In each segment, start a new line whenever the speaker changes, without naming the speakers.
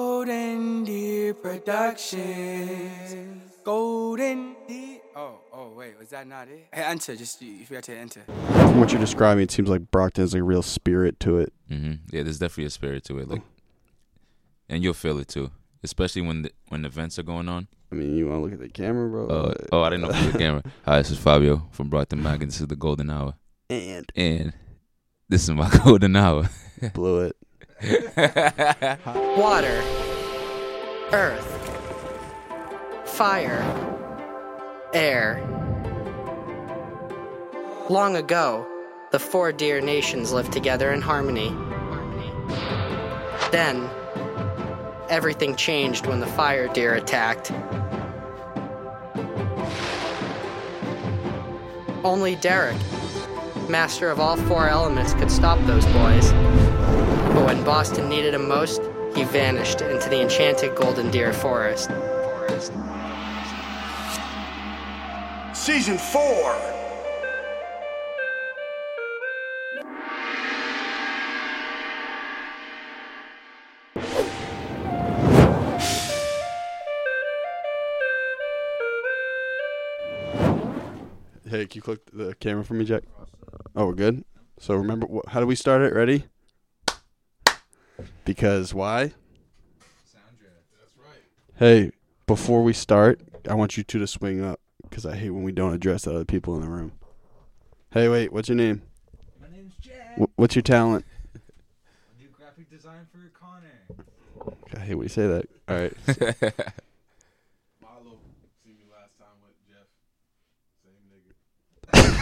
Golden Deer Productions. Golden Deer. Oh, oh, wait, was that not it? Hey, enter. Just you, you forgot to enter.
From what you're describing, it seems like Brockton has a real spirit to it.
hmm Yeah, there's definitely a spirit to it, like, and you'll feel it too, especially when the, when events are going on.
I mean, you want to look at the camera, bro?
Uh, oh, I didn't know for the camera. Hi, this is Fabio from Brockton Mac, and this is the Golden Hour,
and
and this is my Golden Hour.
blew it.
water, earth, fire, air. Long ago, the four dear nations lived together in harmony. Then, everything changed when the fire deer attacked. Only Derek, master of all four elements, could stop those boys. But when Boston needed him most, he vanished into the enchanted golden deer forest.
Season 4.
Hey, can you click the camera for me, Jack? Oh, we're good. So remember, wh- how do we start it? Ready? Because why? Hey, before we start, I want you two to swing up because I hate when we don't address the other people in the room. Hey, wait, what's your name?
My name's Jack.
Wh- what's your talent?
I do graphic design for Connor.
I hate when you say that. All right.
Follow. See me last time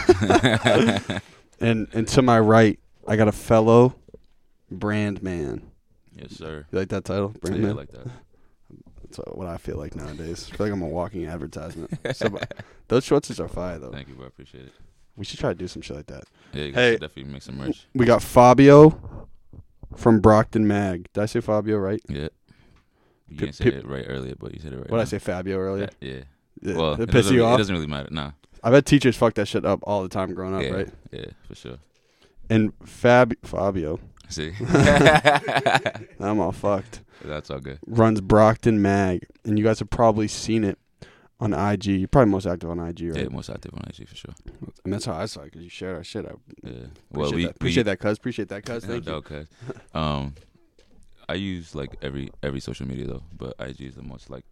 with Jeff. Same nigga.
and and to my right, I got a fellow brand man.
yes, sir.
You like that title? Brand
Yeah, I
man?
like that.
That's what I feel like nowadays. I feel like I'm a walking advertisement. So, those shorts are fire though.
Thank you, bro. I appreciate it.
We should try to do some shit like that.
Yeah, you
Hey.
should definitely make some merch.
We got Fabio from Brockton Mag. Did I say Fabio right?
Yeah,
Pe-
you didn't say
peop-
it right earlier, but you said it right.
What
now.
I say Fabio earlier?
Yeah. yeah.
Yeah,
Well,
it
it
piss
doesn't
you
really- It
off.
doesn't really matter. Nah.
I bet teachers fuck that shit up all the time growing up,
yeah.
right?
Yeah, for sure.
And Fab Fabio,
See,
I'm all fucked.
that's all good.
Runs Brockton Mag, and you guys have probably seen it on IG. You're probably most active on IG, right?
Yeah, most active on IG for sure.
And that's how I saw it because you shared our shit. I
Yeah.
appreciate that. Appreciate that, cuz. Appreciate that, cuz.
No
Thank you.
doubt, cuz. Um, I use like every every social media though, but IG is the most like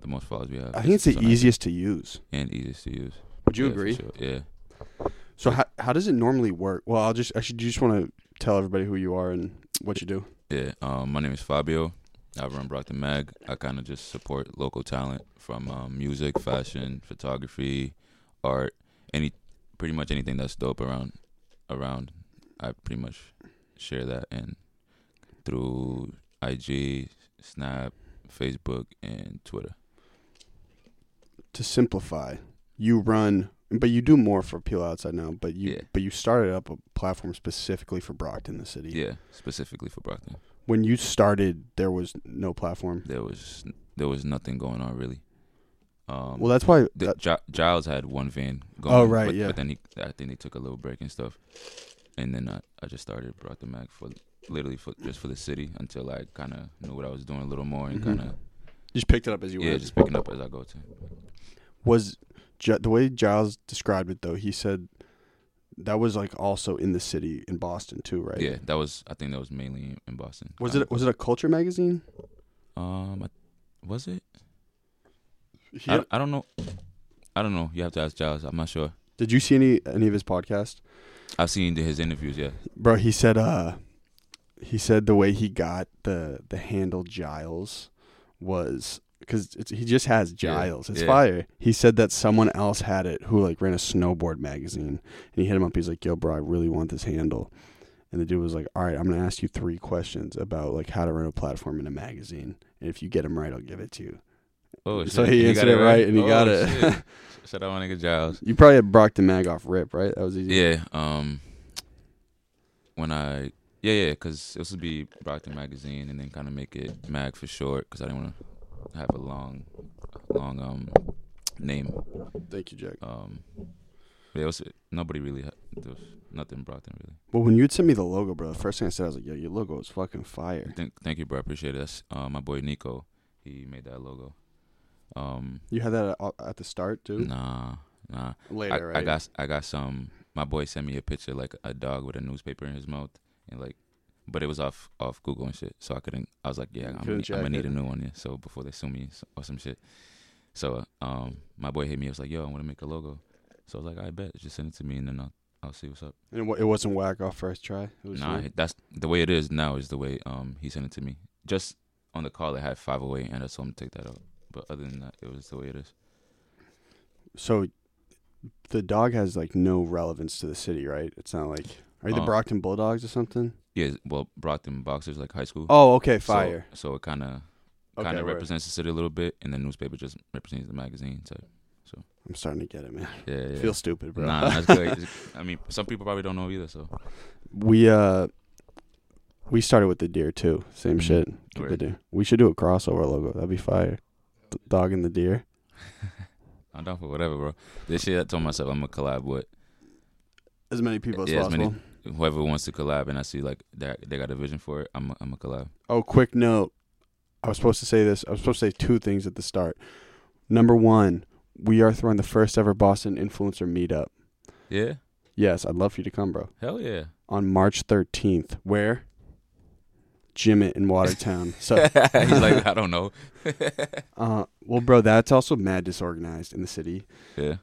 the most followers we have.
I think it's the
on IG
easiest to use.
and easiest to use.
Would you
Yeah, for
agree?
sure. Yeah.
So how how does it normally work? Well, I'll just actually do you just want to tell everybody who you are and what you do?
Yeah. Um, my name is Fabio. I run Brockton Mag. I kind of just support local talent from um, music, fashion, photography, art, any pretty much anything that's dope around around. I pretty much share that and through IG, Snap, Facebook, and Twitter.
To simplify, you run, but you do more for people outside now. But you
Yeah.
but you started up a platform specifically for Brockton, the city.
Yeah, specifically for Brockton.
When you started, there was no platform.
there was there was nothing going on really. Um,
Well, that's why.
the,
that-
Gi- Giles had one van going.
Oh, right,
but,
yeah.
But then he, I think they took a little break and stuff, and then I, I just started brought the Mac for literally for just for the city until I kind of knew what I was doing a little more and
Mhm.
kind of
you just picked it up as you
yeah,
went.
just picking up as I go to.
was Gi- the way Giles described it though. He said that was like also in the city in Boston too, right?
Yeah, that was I think that was mainly in Boston.
Was
kinda.
it was it a culture magazine?
Um, I- was it?
He-
I, I don't know. I don't know. You have to ask Giles. I'm not sure.
did you see any any of his podcast?
I've seen his interviews. Yeah.
Bro, he said uh he said the way he got the the handle Giles was cuz he just has
Yeah,
Giles. It's
yeah.
fire. He said that someone else had it who like ran a snowboard magazine and he hit him up he's like, "Yo, bro, I really want this handle." And the dude was like, "All right, I'm going to ask you three questions about like how to run a platform in a magazine, and if you get them right, I'll give it to you."
Oh,
So
shit.
he
got
answered it right, and he
Oh,
got it.
shit. Shout out my nigga Giles.
You probably had Brockton Mag off rip, right? That was easy.
Yeah. Um. When I yeah yeah because this would be Brockton magazine and then kind of make it mag for short because I didn't want to have a long long um name
Thank you, Jack.
um. But yeah, it was, nobody really ha- there was Nothing Brockton really.
Well, when you'd send me the logo, bro, the first thing I said, I was like, yo, your logo is fucking fire.
Thank, thank you, bro. I appreciate it. That's uh, my boy Nico. He made that logo. Um,
You had that at, at the start, too?
nah, nah.
Later,
I,
right?
I got I got some. My boy sent me a picture like a dog with a newspaper in his mouth, and like, but it was off off Google and shit, so I couldn't. I was like, yeah, I'm gonna,
Couldn't
need- I'm gonna
check
need
it.
a new one, yeah. So before they sue me s- or some shit, so um, my boy hit me. I was like, yo, I want to make a logo. So I was like, I bet, just send it to me, and then I'll I'll see what's up.
And it, wa- it wasn't whack off first try. It was
Nah,
you?
that's the way it is now. Is the way um he sent it to me. Just on the call, it had five away, and I told him to take that out. But other than that, it was the way it is.
So the dog has like no relevance to the city, right? It's not like are you the
Uh,
Brockton Bulldogs or something?
Yeah, well, brought them boxers like high school.
Oh, okay,
So-
fire.
So, it kind of
okay,
kind of
word.
represents the city a little bit, and the newspaper just represents the magazine. So
I'm starting to get it, man.
yeah, yeah.
Feel stupid, bro.
Nah, that's good. It's- I mean, some people probably don't know either. So
we uh we started with the deer too. Same
Mhm.
shit. Get the
Word.
deer. We should do a crossover logo. That'd be fire. The dog and the deer.
I'm down for whatever, bro. This year, I told myself I'm gonna collab with
As many people as
Yeah, as many-
possible.
whoever wants to collab, and I see like that they got a vision for it. I'm I'm a collab.
Oh, quick note. I was supposed to say this. I was supposed to say two things at the start. Number one, we are throwing the first ever Boston influencer meetup.
Yeah,
Yes, I'd love for you to come, bro.
hell yeah.
on March 13th. Where? Jimmit in Watertown. So,
He's like, I don't know.
uh, well, bro, that's also mad disorganized in the city.
Yeah.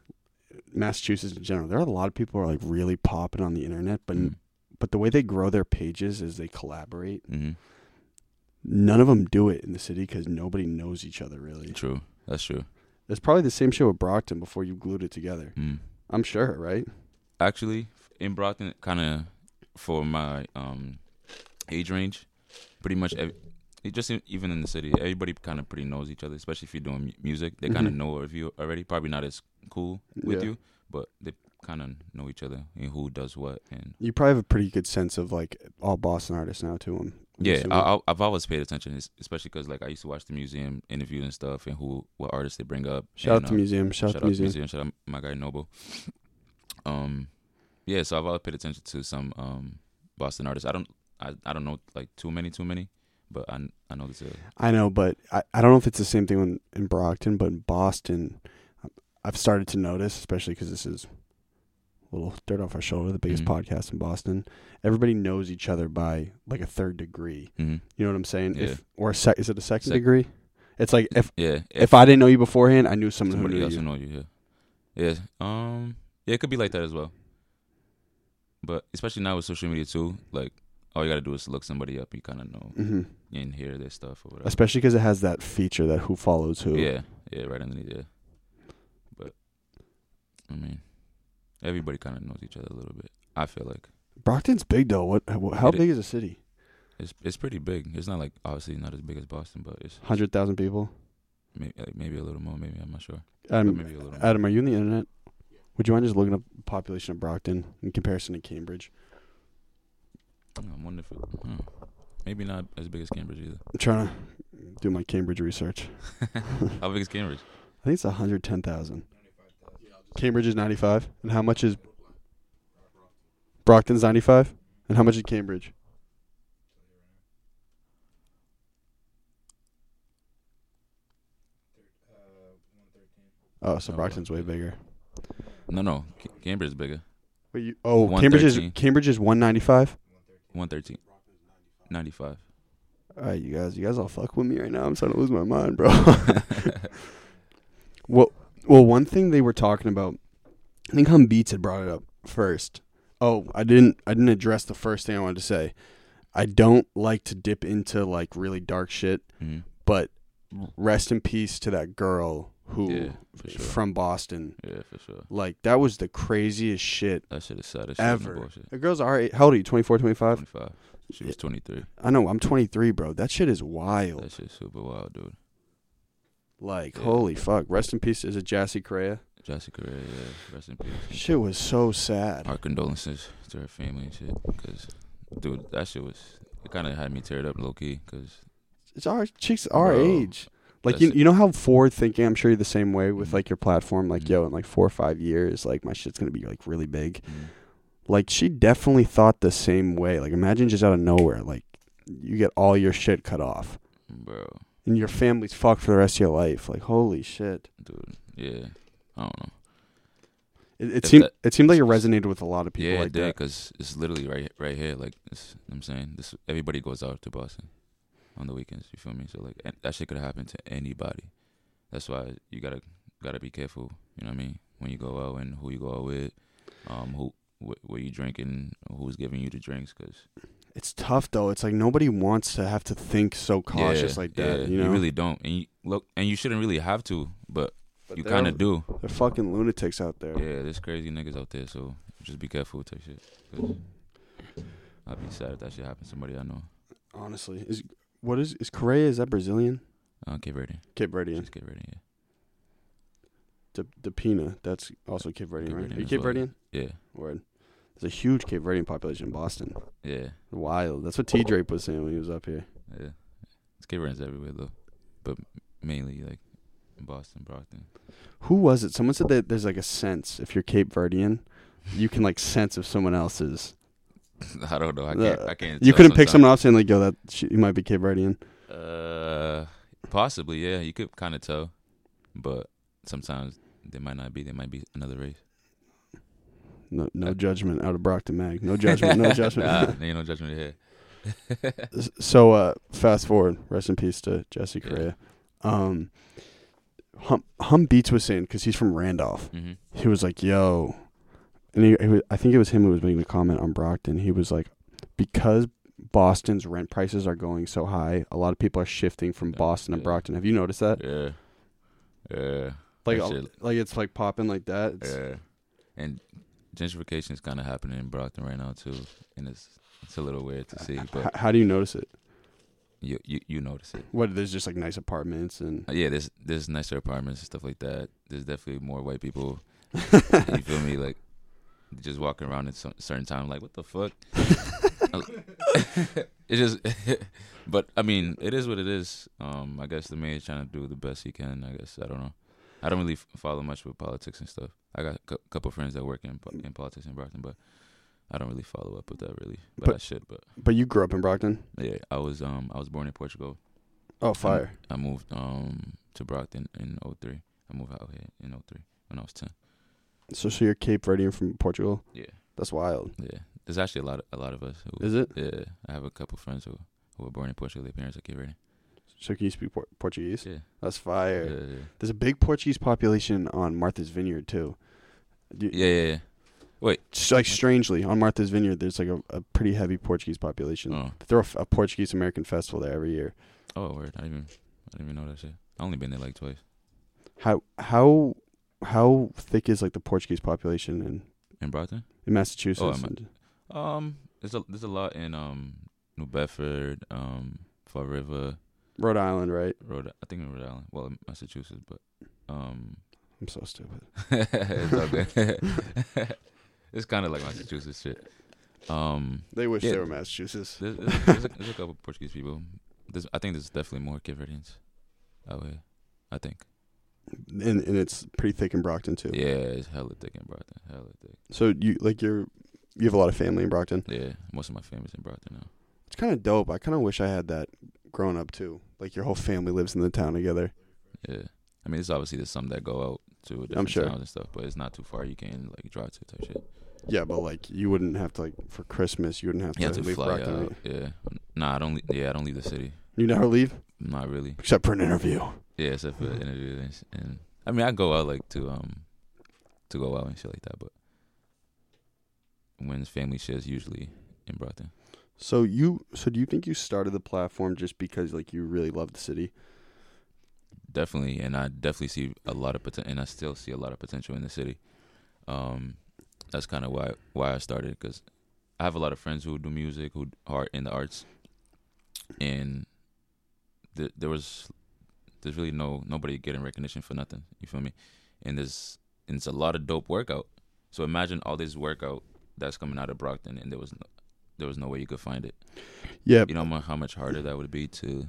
Massachusetts in general. There are a lot of people who are like really popping on the internet, but
Mm.
but the way they grow their pages is they collaborate.
hmm
None of them do it in the city because nobody knows each other really.
True. That's true.
It's probably the same shit with Brockton before you glued it together.
Mm.
I'm sure, right?
Actually, in Brockton, kind of for my um age range, pretty much. Ev- it just e- even in the city, everybody kind of pretty knows each other, especially if you're doing mu- music. They kind of
Mhm.
know of you already. Probably not as cool with
Yeah.
you, but they kind of know each other and who does what. And
You probably have a pretty good sense of like all Boston artists now too. um, I'm I'm
yeah, uh,
assuming.
I, I, I've always paid attention, es- especially because like I used to watch the museum interviews and stuff, and who what artists they bring up.
shout
and,
out to
um,
museum. Shout, out to museum.
Shout out my guy Noble. Um, yeah. So I've always paid attention to some um Boston artists. I don't, I, I don't know like too many, too many, but I, I know there's a
I know, but I, I don't know if it's the same thing in, in Brockton, but in Boston, uh, I've started to notice, especially because this is a little dirt off our shoulder, the biggest
Mhm.
podcast in Boston. Everybody knows each other by like a third degree.
mhm.
You know what I'm saying?
Yeah.
If or a sec, is it a second
Sec-
degree? It's like if
yeah.
if, I didn't know you beforehand, I knew someone
somebody
who
else
knew
who
you.
know you, yeah, yeah. Um, yeah, it could be like that as well. But especially now with social media too, like all you gotta do is look somebody up. You kind of know
hmm
and hear their stuff or whatever.
Especially because it has that feature that who follows who.
Yeah, yeah, right underneath. Yeah, but I mean, everybody kind of knows each other a little bit. I feel like
Brockton's big though. What? How, how
It is.
big is the city?
it's it's pretty big. It's not like obviously not as big as Boston, but it's
Hundred thousand people.
maybe like, maybe a little more. Maybe I'm not sure. But
Um,
maybe a little. More.
Adam, are you on the internet? Would you mind just looking up the population of Brockton in comparison to Cambridge?
Hmm, I'm wondering if it, hmm. maybe not as big as Cambridge either.
I'm trying to do my Cambridge research.
How big is Cambridge?
I think it's 110,000. Cambridge is 95. And how much is Brockton's 95? And how much is Cambridge? Oh, so
Oh,
Brockton's way bigger.
No, no, C- Cambridge is bigger.
Wait, you, oh, Cambridge is
113.
Cambridge is 195.
One thirteen. Ninety five.
All right, you guys, you guys all fuck with me right now. I'm starting to lose my mind, bro. well, well, one thing they were talking about, I think Hum Beats had brought it up first. Oh, I didn't, I didn't address the first thing I wanted to say. I don't like to dip into like really dark shit,
Mm-hmm.
but rest in peace to that girl who
Yeah, for sure.
from Boston.
Yeah, for sure.
Like that was the craziest shit
That shit is sad as shit. and
ever.
bullshit.
The girl's all right. How old are you? 24, 25?
Twenty five. She was twenty three.
I know. I'm 23, bro. That shit is wild.
That shit's super wild, dude.
Like,
Yeah.
holy fuck. Rest in peace. Is it Jassy Correa?
Jessica, Ray, yeah, rest in peace.
Shit was so sad.
Our condolences to her family and shit, cause dude, that shit was it kind of had me teared up low key, cause
It's our chicks our
Bro,
age. Like you,
that's-
you know how forward thinking. I'm sure you're the same way with
Mhm.
like your platform. Like
Mhm.
Mm-hmm. yo, in like four or five years, like my shit's gonna be like really big. Like she definitely thought the same way. Like imagine just out of nowhere, like you get all your shit cut off
bro,
and your family's fucked for the rest of your life. Like holy shit.
dude, yeah, I don't know.
It, it
If
seemed
that-
it seemed like it resonated with a lot of people
yeah,
like
it did
that.
because it's literally right right here. Like it's, you know what I'm saying, this everybody goes out to Boston on the weekends. You feel me? So like an- that shit could happen to anybody. That's why you gotta gotta be careful. You know what I mean? When you go out and who you go out with, um, who wh- what you drinking, who's giving you the drinks, because
It's tough though. It's like nobody wants to have to think so cautious like that. you know,
really don't. And you, look, and you shouldn't really have to, but, you
they're-
kind of do.
they're fucking lunatics out there.
Yeah, there's crazy niggas out there, so just be careful with that shit. Cause I'd be sad if that shit happened to somebody I know.
Honestly, is what is is Correa? Is that Brazilian?
Uh, Cape Verde.
Cape Verdean.
Just Cape Verde, yeah.
De, De Pina. That's also Cape Verdean,
Cape
right?
Verdean
Are you
as
Cape
well,
Verdean?
Yeah,
Word. There's a huge Cape Verdean population in Boston.
yeah,
Wild. That's what T Drape was saying when he was up here.
yeah. It's Cape Verdeans everywhere, though. But mainly, like, in Boston, Brockton.
Who was it? Someone said that there's like a sense if you're Cape Verdean, you can like sense if someone else is.
I don't know. I
The-
can't. I can't
You
tell
couldn't pick
sometimes.
someone off saying like, "Yo, that she, you might be Cape Verdean."
Uh, possibly, yeah. You could kind of tell, but sometimes they might not be. They might be another race.
No, no judgment out of Brockton Mag. No judgment. No judgment.
nah, there ain't no judgment here.
S- so uh fast forward rest in peace to jesse
Yeah.
Correa. um hum, hum beats was saying because he's from randolph
hmm
he was like yo and he, he was, i think it was him who was making the comment on brockton he was like because boston's rent prices are going so high a lot of people are shifting from
Yeah,
boston to
yeah.
brockton have you noticed that
Yeah, yeah,
like
that
a-
shit-
like it's like popping like that It's-
yeah. And gentrification is kind of happening in Brockton right now too, and it's it's a little weird to see,
h-
but
how do you notice it
you you, you notice it.
what there's just like nice apartments and
Uh, yeah, there's there's nicer apartments and stuff like that. There's definitely more white people. you feel me? Like just walking around at some certain time, like what the fuck? it just, but I mean, it is what it is. Um, I guess the mayor's trying to do the best he can. I guess I don't know. I don't really f- follow much with politics and stuff. I got a cou- couple friends that work in po- in politics in Brockton, but I don't really follow up with that really. But,
But-
I should. But
but you grew up in brockton
yeah, I was um I was born in Portugal.
oh fire
I moved um to Brockton in '03. I moved out here in '03 when I was 10. Mm-hmm.
so so you're cape verdean from portugal
Yeah.
that's wild
Yeah. There's actually a lot of, a lot of us who
is it
Yeah. I have a couple friends who who were born in Portugal, their parents are Cape Verdean.
So can you speak por- Portuguese?
Yeah.
That's fire.
Yeah, yeah.
There's a big Portuguese population on Martha's Vineyard too. Do-
Yeah, yeah, yeah.
s- Like strangely, on Martha's Vineyard, there's like a, a pretty heavy Portuguese population.
Oh.
They throw a, f- a Portuguese American festival there every year.
Oh word. I didn't even I didn't even know that shit. I only been there like twice.
How how how thick is like the Portuguese population in,
In Brockton?
in Massachusetts?
Oh, I'm-
and-
Um, there's a there's a lot in um New Bedford, um, Fall River,
Rhode Island, right?
Rhode I think in Rhode Island. Well in Massachusetts, but um
I'm so stupid.
it's all good. it's kinda like Massachusetts shit. Um
They wish
Yeah.
they were Massachusetts.
There's, there's, there's, a, there's a couple Portuguese people. There's, I think there's definitely more Cape Verdeans out here. I think.
And, and it's pretty thick in Brockton too.
Yeah, it's hella thick in Brockton. Hella thick.
So you like you're you have a lot of family in Brockton.
Yeah, most of my family's in Brockton now.
It's kind of dope. I kind of wish I had that growing up too. Like your whole family lives in the town together.
Yeah, I mean, it's obviously there's some that go out to different
sure.
towns and stuff, but it's not too far. You can like drive to type shit.
Yeah, but like you wouldn't have to like for Christmas, you wouldn't have to,
You have to
leave
fly
Brockton.
out.
right?
Yeah. Nah, I don't. le- Yeah, I don't leave the city.
You never leave
Not really.
except for an interview.
Yeah, except for interviews and, s- and I mean, I go out like to um to go out and shit like that, but when it's family shit, it's usually in Brockton.
So you so do you think you started the platform just because like you really love the city?
definitely and i definitely see a lot of potential and i still see a lot of potential in the city um that's kind of why why i started because i have a lot of friends who do music who are in the arts and th- there was there's really no nobody getting recognition for nothing you feel me and there's and it's a lot of dope workout so imagine all this workout that's coming out of brockton and there was no there was no way you could find it
Yeah,
you know mu- how much harder that would be to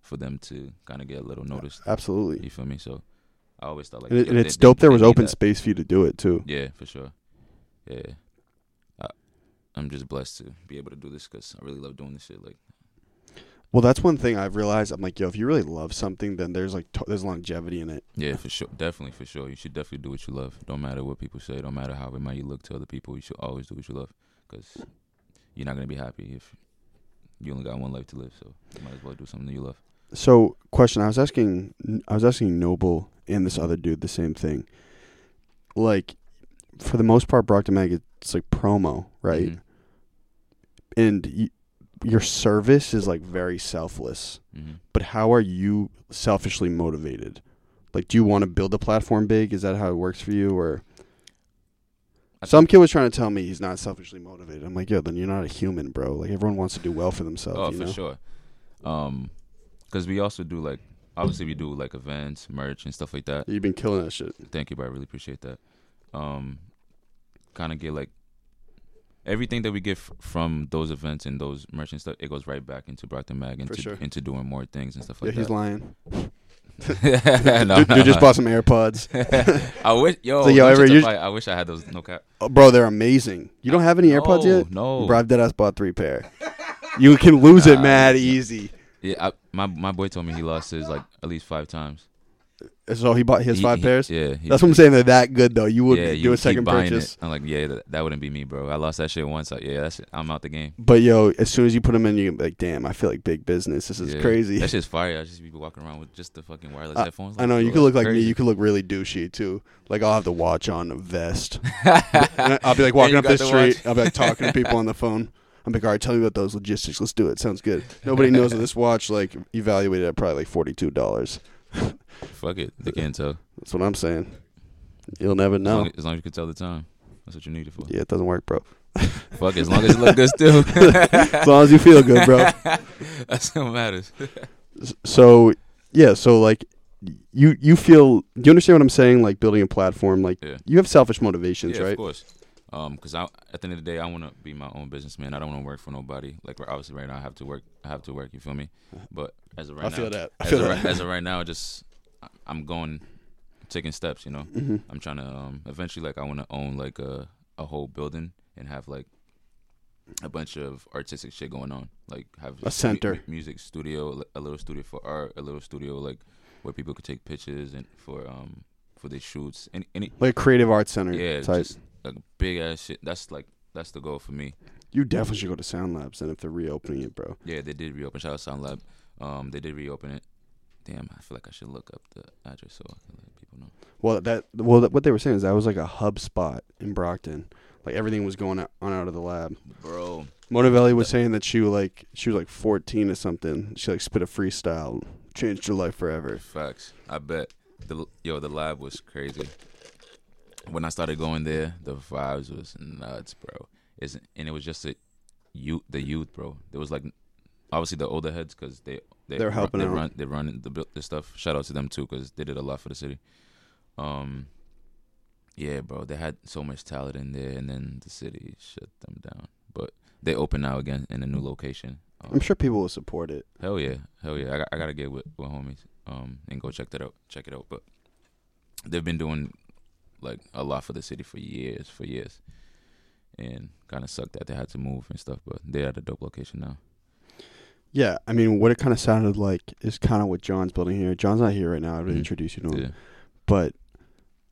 for them to kind of get a little noticed
absolutely.
you feel me? So I always thought like,
and it,
yo,
and
they-
it's
they-
dope. There
they
was
need
open
that.
space for you to do it too.
Yeah, for sure. Yeah, I, I'm just blessed to be able to do this because I really love doing this shit. Like,
Well, that's one thing I've realized. I'm like, yo, if you really love something, then there's like to- there's longevity in it.
yeah, for sure, definitely for sure. You should definitely do what you love. Don't matter what people say. Don't matter how it might you look to other people. You should always do what you love because you're not gonna be happy if you only got one life to live. So you might as well do something that you love.
So, question: I was asking, I was asking Noble and this other dude the same thing. Like, for the most part, Brockton Mag it's like promo, right?
Mhm. Mm-hmm.
And y- your service is like very selfless.
Mhm.
But how are you selfishly motivated? Like, do you want to build a platform big? Is that how it works for you? Or
I
some kid was trying to tell me he's not selfishly motivated. I'm like, yo, then you're not a human, bro. Like everyone wants to do well for themselves.
Oh,
you
for
know?
sure. Um, because we also do like obviously we do like events, merch, and stuff like that.
You've been killing that shit.
Thank you, bro. I really appreciate that. Um, kind of get like everything that we get f- from those events and those merch and stuff. It goes right back into Brockton Mag into
sure.
into doing more things and stuff
Yeah,
like
he's
that.
lying.
no,
dude,
no,
dude just
no.
bought some AirPods.
I wish, yo,
So, yo,
no,
ever
shut the
you-
fuck, I wish I had those. No cap.
Oh, bro, they're amazing. You don't have any AirPods
No,
yet?
no.
Bro, I've dead ass bought three pair. You can lose it mad easy.
Yeah, I, my my boy told me he lost his like at least five times.
So he bought his
He-
five
he-
pairs?
Yeah, he-
That's what I'm saying. They're that good, though. You would
yeah,
do a
keep
second
buying
purchase.
It. I'm like, yeah, that, that wouldn't be me, bro. I lost that shit once. I, yeah, that's I'm out the game.
But, yo, as soon as you put them in, you're like, damn, I feel like big business. This is
Yeah.
crazy.
That shit's fire. I just be walking around with just the fucking wireless
I-
headphones.
I know.
bro,
You could look
that's
like me.
crazy.
You could look really douchey, too. Like, I'll have the watch on, a vest. And I- I'll be like walking
you
up
got
the
the
street.
watch.
I'll be like talking to people on the phone. I'm like, all right, tell me about those logistics. Let's do it. Sounds good. Nobody knows that this watch, like, evaluated at probably like $42.
Fuck it. They can't tell.
That's what I'm saying. You'll never
As, long
know.
as, as long as you can tell the time. That's what you need it for.
Yeah, it doesn't work, bro.
Fuck it. As long as it look good still.
As long as you feel good, bro.
That's what matters.
So, yeah, so like you you feel you understand what I'm saying like building a platform like
Yeah.
you have selfish motivations,
yeah,
right?
of course. Um, cause I at the end of the day, I want to be my own businessman. I don't want to work for nobody. Like obviously, right now I have to work. I have to work. You feel me? But as of right
Uh-huh. I
now,
feel that. I
As,
feel
of,
that.
Right, as of right now, just I- I'm going, taking steps. You know,
Mm-hmm.
I'm trying to um eventually like I want to own like a a whole building and have like a bunch of artistic shit going on. Like have mu-
center.
music studio, li- a little studio for art, a little studio like where people could take pictures and for um for their shoots. Any any
Like a creative arts center
yeah,
type.
just like big ass shit. That's like that's the goal for me.
you definitely should go to Sound Labs then if they're reopening it, bro.
Yeah, they did reopen. Shout out Sound Lab. Um, they did reopen it. Damn, I feel like I should look up the address so I can let people know.
Well, that well that, what they were saying is that was like a hub spot in Brockton. Like everything was going out- on out of the lab.
Bro,
Monavelli was saying that she like she was like 14 or something. She like spit a freestyle, changed her life forever.
facts. I bet the yo the lab was crazy. When I started going there, the vibes was nuts, bro. It's, and it was just the youth, the youth, bro. There was like obviously the older heads because they, they
They're
run-
helping
they
out.
run they run the, bu- the stuff. Shout out to them too because they did a lot for the city. Um, yeah, bro, they had so much talent in there, and then the city shut them down. But they open now again in a new location. Um,
I'm sure people will support it.
Hell yeah, hell yeah. I, got- I gotta get with, with homies um and go check that out, check it out. But they've been doing like a lot for the city for years, for years, and kind of sucked that they had to move and stuff. But they're at a dope location now.
Yeah, I mean, what it kind of sounded like is kind of what John's building here. John's not here right now. I would
Mhm.
introduce you to him,
Yeah,
but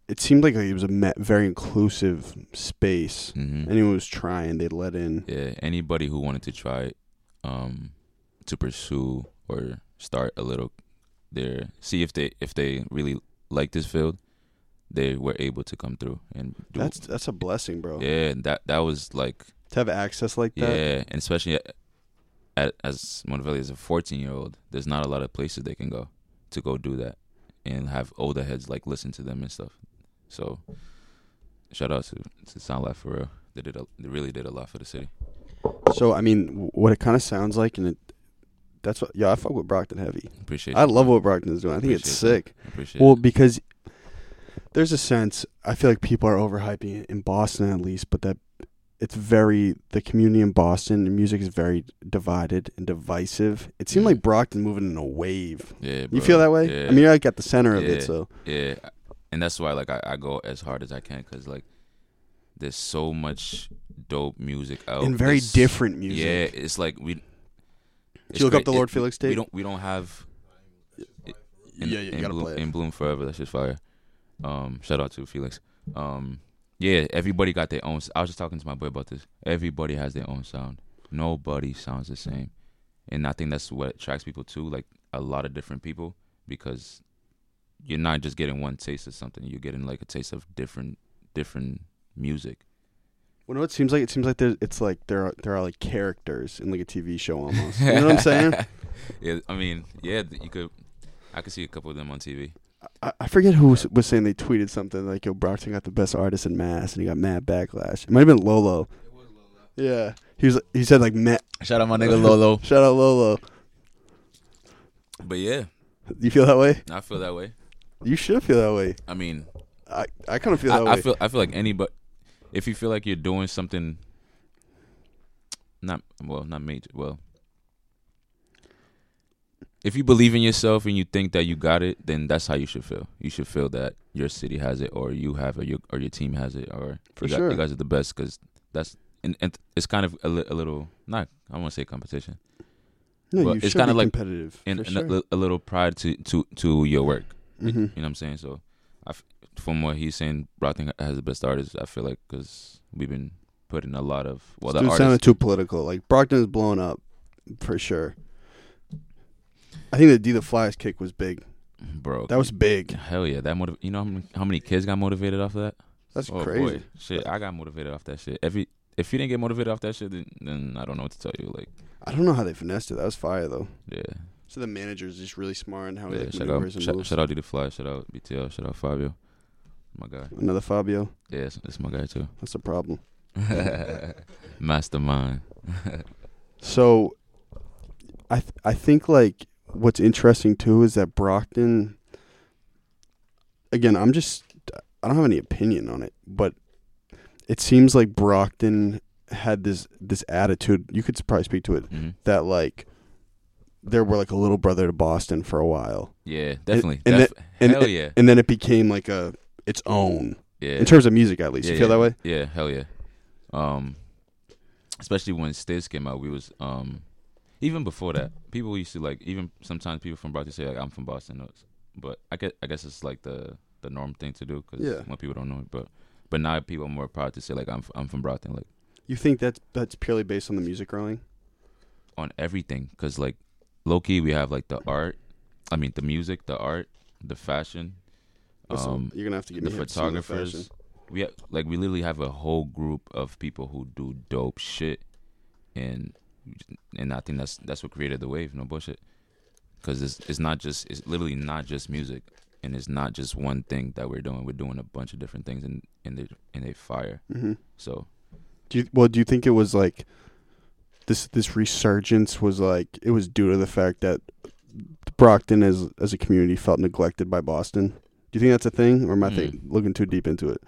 it seemed like it was a me- very inclusive space.
hmm
Anyone was trying, they let in.
yeah. Anybody who wanted to try, um, to pursue or start a little, their see if they if they really like this field, they were able to come through and do.
That's that's a blessing, bro.
yeah, that that was like
To have access like that.
Yeah, and especially at, at, as Montevideo is a 14 year old, there's not a lot of places they can go to go do that and have older heads like listen to them and stuff. So shout out to, to Sound Life for real. They did a, they really did a lot for the city.
So I mean, w- what it kind of sounds like, and it that's what yo, I fuck with Brockton heavy.
Appreciate
I
you,
love
man.
what Brockton's doing. I think it's
Appreciate
sick.
Appreciate
Well,
it.
because there's a sense I feel like people are overhyping it in Boston at least, but that it's very the community in Boston. The music is very divided and divisive. It seemed
Mhm.
like Brockton moving in a wave.
yeah,
You
bro.
feel that way?
Yeah.
I mean, you're like at the center of
Yeah.
it, so
Yeah, and that's why like I, I go as hard as I can because like there's so much dope music out
and very
There's-
different music.
Oh, Yeah, it's like we. it's
look up the
great.
Lord
It-
Felix tape?
We don't. We don't have. In,
Yeah, yeah, you
in
gotta
Bloom,
play it.
in Bloom Forever. That's just fire. Um, shout out to Felix. Um, yeah, everybody got their own. s- I was just talking to my boy about this. Everybody has their own sound. Nobody sounds the same, and I think that's what attracts people too. Like a lot of different people because you're not just getting one taste of something. You're getting like a taste of different different music.
Well, no, it seems like it seems like there, it's like there are there are like characters in like a TV show almost. You know what I'm saying?
yeah, I mean, yeah, th- you could. I could see a couple of them on TV.
I, I forget who was, was saying they tweeted something like, "Yo, Brockton got the best artist in Mass," and he got mad backlash. It might have been Lolo. Yeah, he was. He said like, "Ma-
Shout out my nigga Lolo.
"Shout out Lolo."
But yeah,
You feel that way?
I feel that way.
You should feel that way.
I mean,
I I kind of feel that
I,
way.
I feel I feel like anybody. If you feel like you're doing something, not well, not major. Well, if you believe in yourself and you think that you got it, then that's how you should feel. You should feel that your city has it, or you have it, your, or your team has it, or
For
you, got-
sure.
you guys are the best because that's and, and it's kind of a, li- a little not. I want to say competition.
no,
well,
you
it's
should
kinda
be
like
competitive.
and,
for
and a
sure.
li- a, little pride to to to your work. You-
Mhm.
You know what I'm saying? So, I f- from what he's saying, Brockton has the best artists. I feel like because we've been putting a lot of well, the
Dude, it
artists.
sounded too political. Like Brockton is blown up for sure. I think the D the Flies kick was big.
bro,
That was big.
hell yeah. That motiv- You know how many, how many kids got motivated off of that?
That's
Oh,
crazy.
Boy. Shit, I got motivated off that shit. Every if you didn't get motivated off that shit, then, then I don't know what to tell you. Like,
I don't know how they finessed it. That was fire though.
yeah,
So the manager is just really smart in how he
yeah.
like,
Shout out,
maneuvers and
shout,
moves.
shout out, D the Fly. Shout out, BTL. Shout out, Fabio. My guy.
Another Fabio.
Yeah, it's, it's my guy too.
That's a problem.
Mastermind.
So, I th- I think like what's interesting too is that Brockton. Again, I'm just I don't have any opinion on it, but it seems like Brockton had this this attitude. You could probably speak to it
Mhm.
that like there were like a little brother to Boston for a while,
Yeah, definitely.
and
Def-
and
hell
and-
yeah.
and then it became like a its own
Yeah.
in terms of music at least.
yeah,
you feel
yeah.
that way?
Yeah, hell yeah. Um especially when Stiz came out, we was um even before that, people used to like even sometimes people from Brockton say like I'm from Boston, no, it's- but I guess I guess it's like the the norm thing to do because
Yeah.
more people don't know it, but but now people are more proud to say like I'm f- I'm from Brockton, like
You think that's that's purely based on the music growing?
on everything because like low key we have like the art, I mean the music, the art, the fashion,
Listen,
um,
you're gonna have to give
the
me some of the fashion.
photographers. We ha- like we literally have a whole group of people who do dope shit, and and I think that's that's what created the wave. No bullshit, because it's it's not just it's literally not just music, and it's not just one thing that we're doing. We're doing a bunch of different things, and and they and they fire.
Mm-hmm.
So
Do you, well? Do you think it was like this? This resurgence was like it was due to the fact that Brockton, as as a community, felt neglected by Boston. Do you think that's a thing, or am I
Mm.
think, looking too deep into it?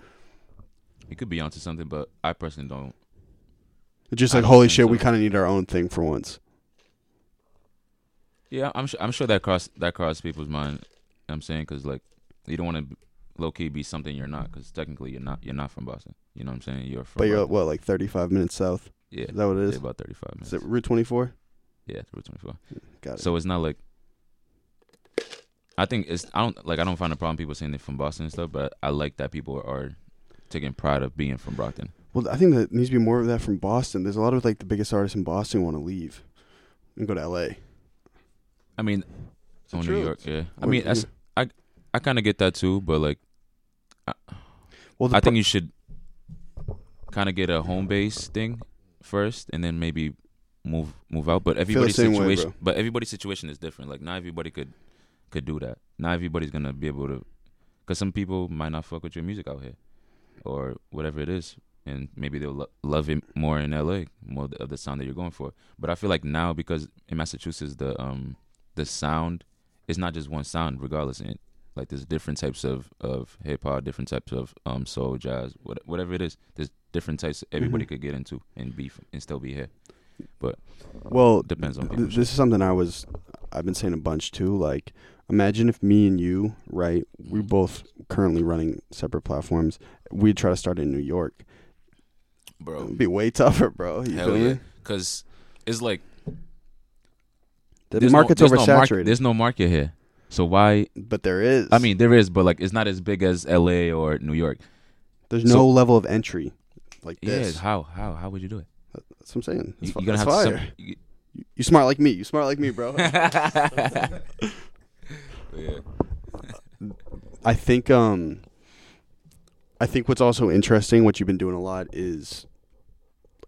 it could be onto something, but I personally don't.
It's just
I
like
don't
holy
think
shit, we
so.
kind of need our own thing for once.
Yeah, I'm sure. I'm sure that cross that crossed people's mind. You know what I'm saying because like you don't want to low key be something you're not because technically you're not you're not from Boston. You know what I'm saying? You're from.
But you're
Brockton.
what, like thirty five minutes south?
Yeah.
Is that what it is?
Say about 35 minutes.
Is it Route twenty four?
yeah, through 24.
Got it.
So it's not like I think it's I don't like I don't find a problem people saying they're from Boston and stuff, but I like that people are taking pride of being from Brockton.
Well, I think that needs to be more of that from Boston. There's a lot of like the biggest artists in Boston want to leave and go to L.A.
I mean,
It's the
oh, New
truth.
York, yeah. I
What-
mean, that's, I I kind of get that too, but like
Well, the pro-
I think you should kind of get a home base thing first, and then maybe move move out. But everybody's
same way,
situation,
bro.
but everybody's situation is different. Like not everybody could could do that. Not everybody's gonna be able to, because some people might not fuck with your music out here, or whatever it is, and maybe they'll lo- love it more in L.A. more of the sound that you're going for. But I feel like now because in Massachusetts the um the sound it's not just one sound regardless and like there's different types of of hip hop different types of um soul jazz what, whatever it is there's different types everybody
Mm-hmm.
could get into and be f- and still be here
Well,
Depends on
th-
people's-
this is something I was, I've been saying a bunch too. Like, imagine if me and you,
Mm-hmm.
right? We're both currently running separate platforms. We try to start in New York,
bro.
It'd be way tougher, bro. You
Oh. Hell
feel
yeah,
me?
because it's like
The
there's
market's
no, there's No market,
oversaturated,
there's no market here, so why?
but there is.
I mean, there is, but like it's not as big as L.A. or New York.
there's no
so-
level of entry like
Yeah,
this.
how how how would you do it?
That's what I'm saying. It's
You,
fu-
are gonna
it's
have to.
fire.
some- you-
you smart like me. You smart like me, bro.
yeah.
I think um I think what's also interesting, what you've been doing a lot is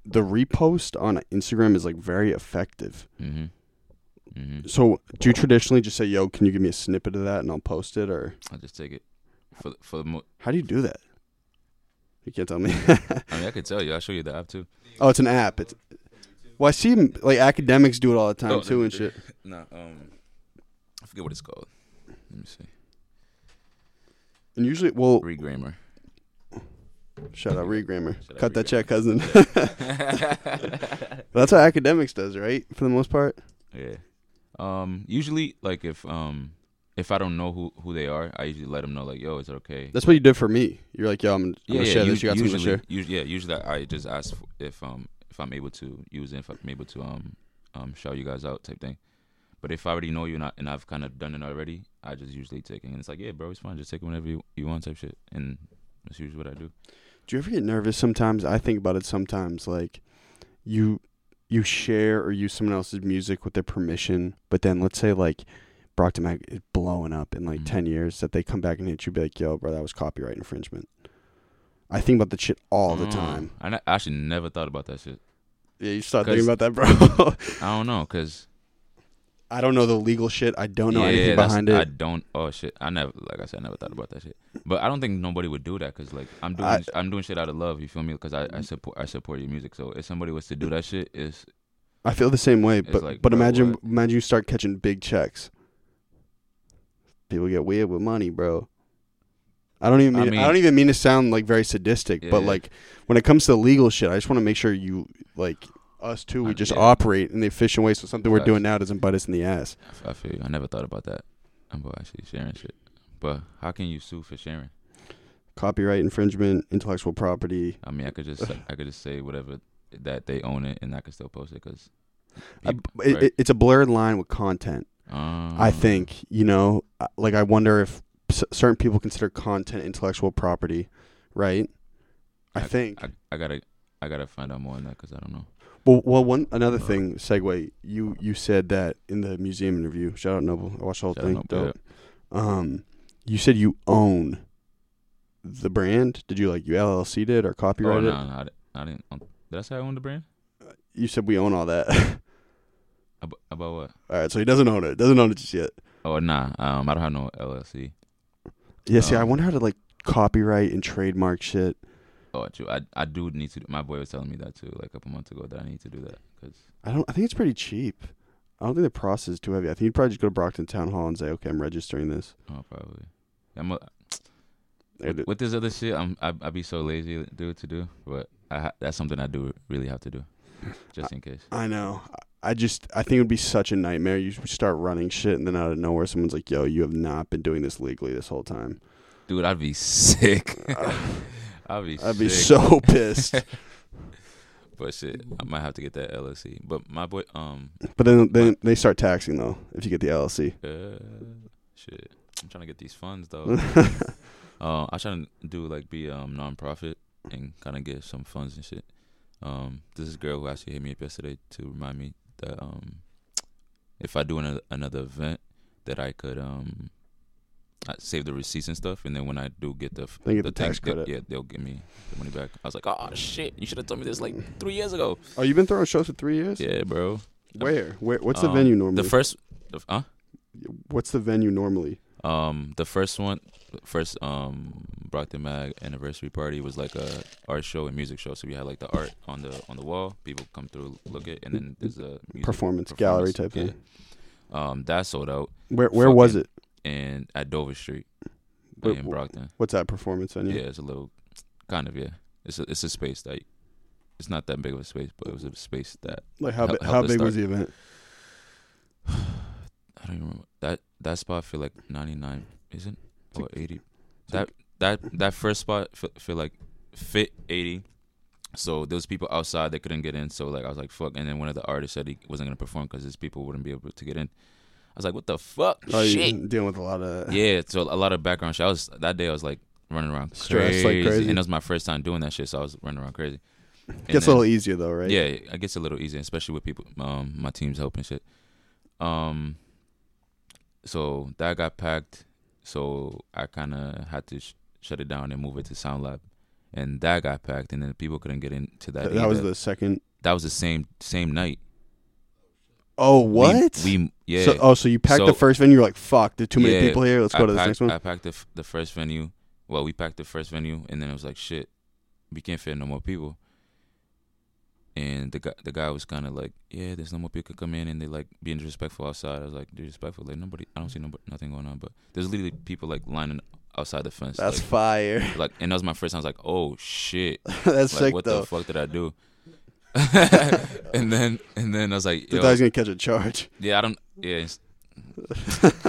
the repost on Instagram is like very effective.
Mm-hmm. Mm-hmm.
So do you traditionally just say, yo, can you give me a snippet of that and I'll post it or
I'll just take it for the- for the. Mo-
how do you do that? You can't tell me.
I mean, I could tell you. I'll show you the app too.
oh, it's an app. It's well, I see like academics do it all the time
Oh,
too and shit.
No, um, I forget what it's called. Let me see.
And usually, well,
Reed Grammar.
shout out Regrammer,
Shout out
cut that
Regrammer.
check, cousin. That's how academics does, right? For the most part.
Yeah. Um. Usually, like if um if I don't know who who they are, I usually let them know like, yo, is it okay?
That's what you did for me. You're like, yo, I'm, I'm
yeah,
gonna share
u-
this. You got something
usually,
to share.
usu- yeah, usually I just ask f- if um if I'm able to use it, if I'm able to um um shout you guys out type thing. But if I already know you and, I, and I've kind of done it already, I just usually take it. And it's like, yeah, bro, it's fine. Just take it whenever you, you want type shit. And that's usually what I do.
Do you ever get nervous sometimes? I think about it sometimes. Like you you share or use someone else's music with their permission, but then let's say like Brockton Mag is blowing up in like
Mhm.
ten years that they come back and hit you be like, yo, bro, that was copyright infringement. I think about that shit all the
Mm.
time.
I, n- I actually never thought about that shit.
Yeah, you start
'Cause-
thinking about that, bro.
I don't know, cause
I don't know the legal shit. I don't know
yeah,
Oh, anything
that's-
behind
I
it.
don't. Oh shit! I never, like I said, I never thought about that shit. But I don't think nobody would do that because, like, I'm doing,
I-
I'm doing shit out of love. You feel me? Because I, I support, I support your music. So if somebody was to do that shit, it's
I, feel the same way,
It's
but
like,
but
bro,
imagine
what?
imagine you start catching big checks. People get weird with money, bro. I don't even
I
mean, I,
mean-
don't even mean to sound like very sadistic, but
Yeah.
like when it comes to legal shit, I just want to make sure you like us too. We
I-
just
yeah.
operate in the efficient way, so something we're
Facts.
doing now doesn't bite us in the ass.
I f- I feel you. I never thought about that. About actually sharing shit. But how can you sue for sharing?
Copyright infringement, intellectual property.
I mean, I could just, I could just say whatever that they own it, and I could still post it because.
I- it, it, it's a blurred line with content.
Um, Mm.
I think you know, uh, like I wonder if s- certain people consider content intellectual property, right? I, think.
I, I gotta, I gotta find out more on that because I don't know.
well, well, one another thing. Segue. You you said that in the museum interview. Shout out Noble. I watched the whole
Shout out
thing.
Noble,
Dope. Um, you said you own the brand. Did you like you LLC did or
oh
copyright
no,
it?
no, I, di- I didn't. um, Did I say I own the brand?
You said we own all that.
Ab- about what?
all right, so he doesn't own it. Doesn't own it just yet.
Oh nah, um, I don't have no LLC.
Yeah. see, I
Um,
wonder how to like copyright and trademark shit.
Oh, true. I I do need to. My boy was telling me that too, like a couple months ago, that I need to do that because
I don't. I think it's pretty cheap. I don't think the process is too heavy. I think you'd probably just go to Brockton Town Hall and say, "Okay, I'm registering this."
oh, probably. I'm a,
They'd-
with this other shit. I'm I I be so lazy to do to do, but I ha- that's something I do really have to do, just in case.
I know. I- I just. I think it would be such a nightmare. You would start running shit, and then out of nowhere, someone's like, "Yo, you have not been doing this legally this whole time."
Dude, I'd be sick. I'd be.
I'd be
sick.
so pissed.
But shit, I might have to get that LLC. But my boy, um,
but then, then they start taxing though. If you get the LLC,
uh, shit, I'm trying to get these funds though. Uh, I try to do like be um nonprofit and kind of get some funds and shit. Um, this is a girl who actually hit me up yesterday to remind me that um, if I do another another event, that I could um, I save the receipts and stuff, and then when I do get the
They get the
thing,
tax
they'll-
credit.
yeah, they'll give me the money back. I was like, oh shit, you should have told me this like three years ago.
oh, you've been throwing shows for three years.
Yeah, bro.
Where? Where? What's the
Um,
venue normally?
The first, the, huh?
what's the venue normally?
Um, the first one, first um, Brockton Mag anniversary party was like a art show and music show. So we had like the art on the on the wall. People come through, look it, and then there's a music
Performance, gallery type
yeah.
thing.
Um, that sold out
Where? Where was
Fucking-
it?
and at Dover Street
Wait,
in
wh-
Brockton.
What's that performance venue?
Yeah. it's a little, kind of yeah. It's a it's a space that, it's not that big of a space, but it was a space that
Like how?
Hel-
bi-
help
how
us
big was
start.
the event?
I don't even remember that that spot. Feel like 99, isn't
It's
or 80?
like-
That that that first spot fe- feel like fit 80, So there was people outside that couldn't get in. So like I was like fuck. And then one of the artists said he wasn't gonna perform because his people wouldn't be able to get in. I was like, what the fuck?
Oh, you're
Shit.
dealing with a lot of
Yeah, so a lot of background shit. I was that day I was like running around
Stressed
crazy,
like crazy.
and that was my first time doing that shit, so I was running around crazy. And
gets a
then-
little easier though, right?
Yeah, it gets a little easier, especially with people, um, my team's helping shit. Um, so that got packed, so I kind of had to sh- shut it down and move it to Sound Lab, and that got packed, and then people couldn't get into that.
Th- that was
either.
the second.
that was the same same night.
Oh,
We-
what?
We, yeah.
So, oh, so you packed the
So-
first venue? You're like, fuck, there's too many
Yeah,
people here. Let's go
I
to this
packed,
next one.
I packed the, f- the first venue. Well, we packed the first venue, and then it was like, shit, we can't fit no more people. And the guy, the guy was kind of like, yeah, there's no more people could come in, and they like being disrespectful outside. I was like, they're disrespectful. Like nobody, I don't see nobody, nothing going on, but there's literally people like lining outside the fence.
That's
like,
fire.
like, and that was my first. time. I was like, oh shit,
That's
like
sick
what
though.
the fuck did I do? and then, and then I was like,
The
yo,
guy's gonna catch a charge.
yeah, I don't. Yeah. it's-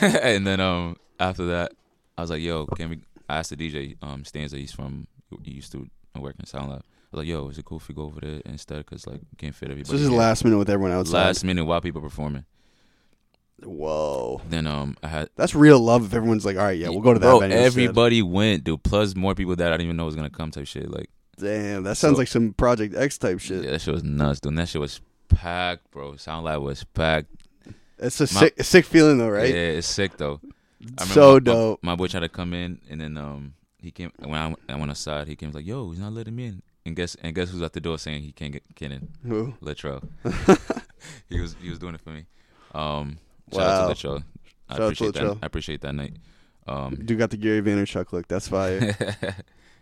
and then um after that, I was like, "Yo, can we?" I asked the DJ um Stanza. He's from. He used to work in Sound Lab. I was like, "Yo, is it cool if we go over there instead? Cause like we can't fit everybody."
So this is
here."
last minute with everyone outside.
last minute while people performing.
Whoa,
Then um I had.
that's real love. If everyone's like, all right, yeah, we'll go to that
Bro,
venue. instead."
everybody went, dude. Plus more people that I didn't even know was gonna come type shit. Like
Damn, that sounds
So-
like some Project X type shit.
yeah, that shit was nuts, dude. And That shit was packed, bro. Sound Lab was packed.
It's a
My-
sick, sick feeling though, right?
Yeah, it's sick though. I remember
So
my- my-
dope.
My, boy tried to come in, and then um he came when I, I went outside. He came was like, "Yo, he's not letting me in." And guess and guess who's at the door saying he can't get get in?
Who?
Latrell. he was he was doing it for me. Um, shout out to Latrell.
Shout
I
out to
appreciate that.
Latrell.
I appreciate that night. Um,
Dude got the Gary Vaynerchuk look. That's fire.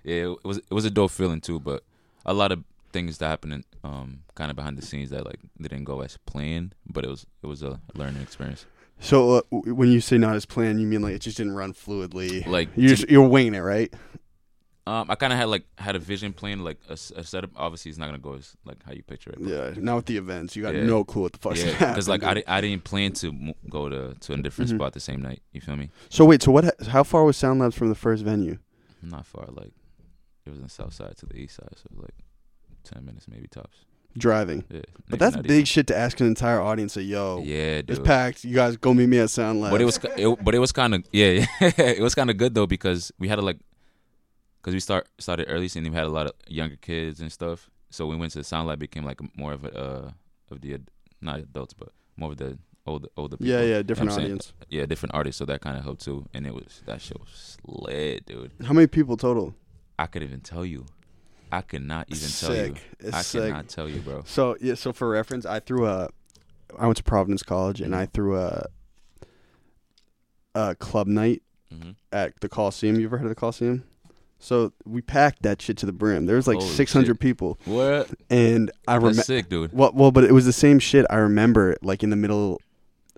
yeah, it was it was a dope feeling too, but a lot of things that happened um kind of behind the scenes that like didn't go as planned, but it was it was a learning experience.
so uh, w- when you say not as planned, you mean like it just didn't run fluidly.
Like
You're
to
just, you're winging it, right?
Um, I kind of had like had a vision plan, like a, s- a setup. Obviously, it's not gonna go as like how you picture it. but-
Yeah. Not with the events. You got
Yeah.
no clue what the fuck's
yeah,
happening.
because like I, di- I didn't plan to mo- go to to a different
Mhm.
spot the same night. You feel me?
So wait, so what? ha- How far was Sound Labs from the first venue?
Not far. Like it was on the south side to the east side, so like ten minutes maybe tops.
Driving.
Yeah,
But
maybe
that's
not
big shit to ask an entire audience. Say, yo,
even. Yeah, dude.
it's packed. You guys go meet me at Sound Labs.
but it was ki- it, but it was kind of yeah, yeah. it was kind of good though because we had to like because we start started early and we had a lot of younger kids and stuff so we went to sound lab became like more of a uh of the ad- not adults but more of the older older people
yeah,
You know
yeah,
what
different
I'm saying?
audience.
yeah different artists so that kind of helped too and it was that shit was lit dude
How many people total?
I could even tell you I could not even
sick.
tell you
It's
I
sick.
cannot tell you bro
So yeah, so for reference, I threw a. I went to Providence College
Mm-hmm.
and I threw a. A club night
Mhm.
at the Coliseum. You ever heard of the Coliseum? So we packed that shit to the brim. There was like
Holy
600
shit.
people,
what
and I
that's
remember.
sick dude
Well, well, but it was the same shit. I remember, like in the middle,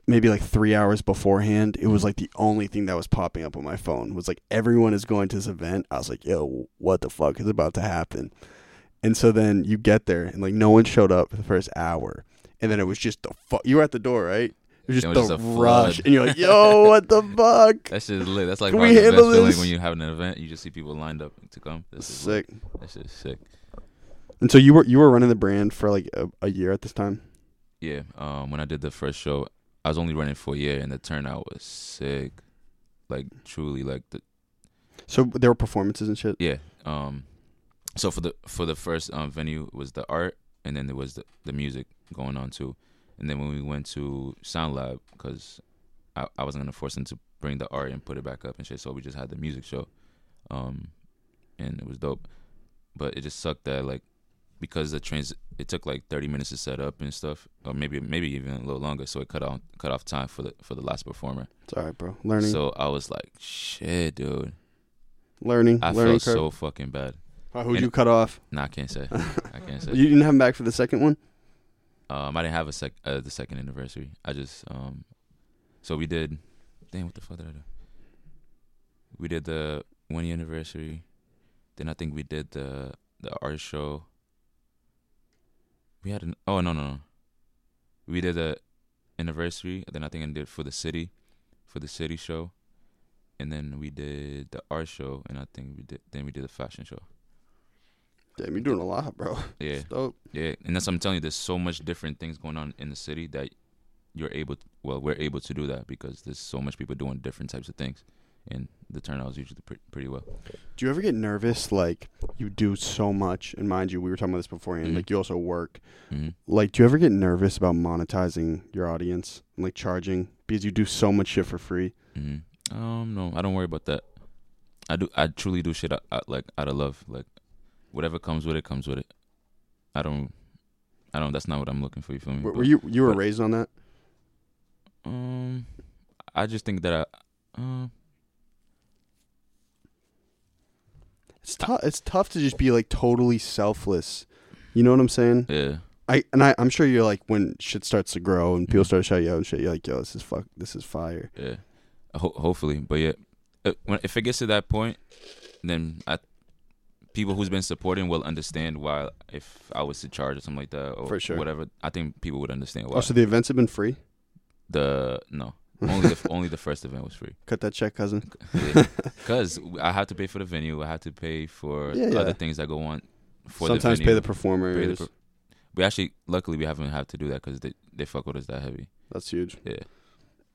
maybe like three hours beforehand, it was like the only thing that was popping up on my phone was like everyone is going to this event. I was like, yo, what the fuck is about to happen? And so then you get there, and like no one showed up for the first hour, and then it was just the fuck. You were at the door, right? It was just
It was
the
just a
rush,
flood.
and you're like, yo, what the fuck?
that shit is lit that's like
Can we
probably the best
handle
feeling
this?
when you have an event you just see people lined up to come That's
Sick.
That shit's sick.
And so you were you were running the brand for like a, a year at this time.
Yeah. Um, when I did the first show, I was only running for a year, and the turnout was sick. Like truly, like the
So there were performances and shit.
yeah. Um, so for the for the first um venue was the art, and then there was the, the music going on too, and then when we went to Sound Lab, because I I wasn't gonna force them to bring the art and put it back up and shit, so we just had the music show, um, and it was dope, but it just sucked that like because the trans it took like 30 minutes to set up and stuff or maybe maybe even a little longer so it cut off cut off time for the for the last performer
It's all right, bro. Learning,
so i was like shit dude
learning,
i
learning.
felt
curve.
so fucking bad
Uh, who'd
And-
you cut off?
Nah, I can't say. I can't say.
You didn't have him back for the second one?
Um, I didn't have a sec uh, the second anniversary. I just um, so we did. Damn, what the fuck did I do? We did the one year anniversary. Then I think we did the the art show. We had an oh no no no. We did the anniversary. Then I think I did for the city, for the city show, and then we did the art show. And I think we did then we did the fashion show.
Damn, you're doing a lot, bro.
Yeah.
It's dope.
Yeah, and that's what I'm telling you. There's so much different things going on in the city that you're able. To, well, we're able to do that because there's so much people doing different types of things, and the turnout is usually pre- pretty well.
Do you ever get nervous? Like you do so much, and mind you, we were talking about this beforehand.
Mhm.
Like you also work.
hmm
Like, do you ever get nervous about monetizing your audience, and, like charging because you do so much shit for free?
hmm Um, no, I don't worry about that. I do. I truly do shit out, out, like out of love. Like whatever comes with it, comes with it. I don't. I don't. That's not what I'm looking for. You feel me?
Were,
But,
were you you were
Mm-hmm. but-
raised on that?
Um, I just think that I. Uh,
It's tough. It's tough to just be like totally selfless. You know what I'm saying?
yeah.
I and I, I'm sure you're like when shit starts to grow and people
Mhm.
start to shout you out and shit. You're like, yo, this is fuck. This is fire.
Yeah, Ho- hopefully. But yeah, uh, when, if it gets to that point, then I, people who's been supporting will understand why. If I was to charge or something like that, or
For sure.
whatever, I think people would understand why.
Oh, so the events have been free.
the no, only the only the first event was free.
Cut that check, cousin.
Because I had to pay for the venue, I had to pay for
Yeah, yeah.
other things that go on. For
Sometimes
the
pay
venue,
the performers.
pay the per- we actually, luckily, we haven't had to do that because they they fuck with us that heavy.
That's huge.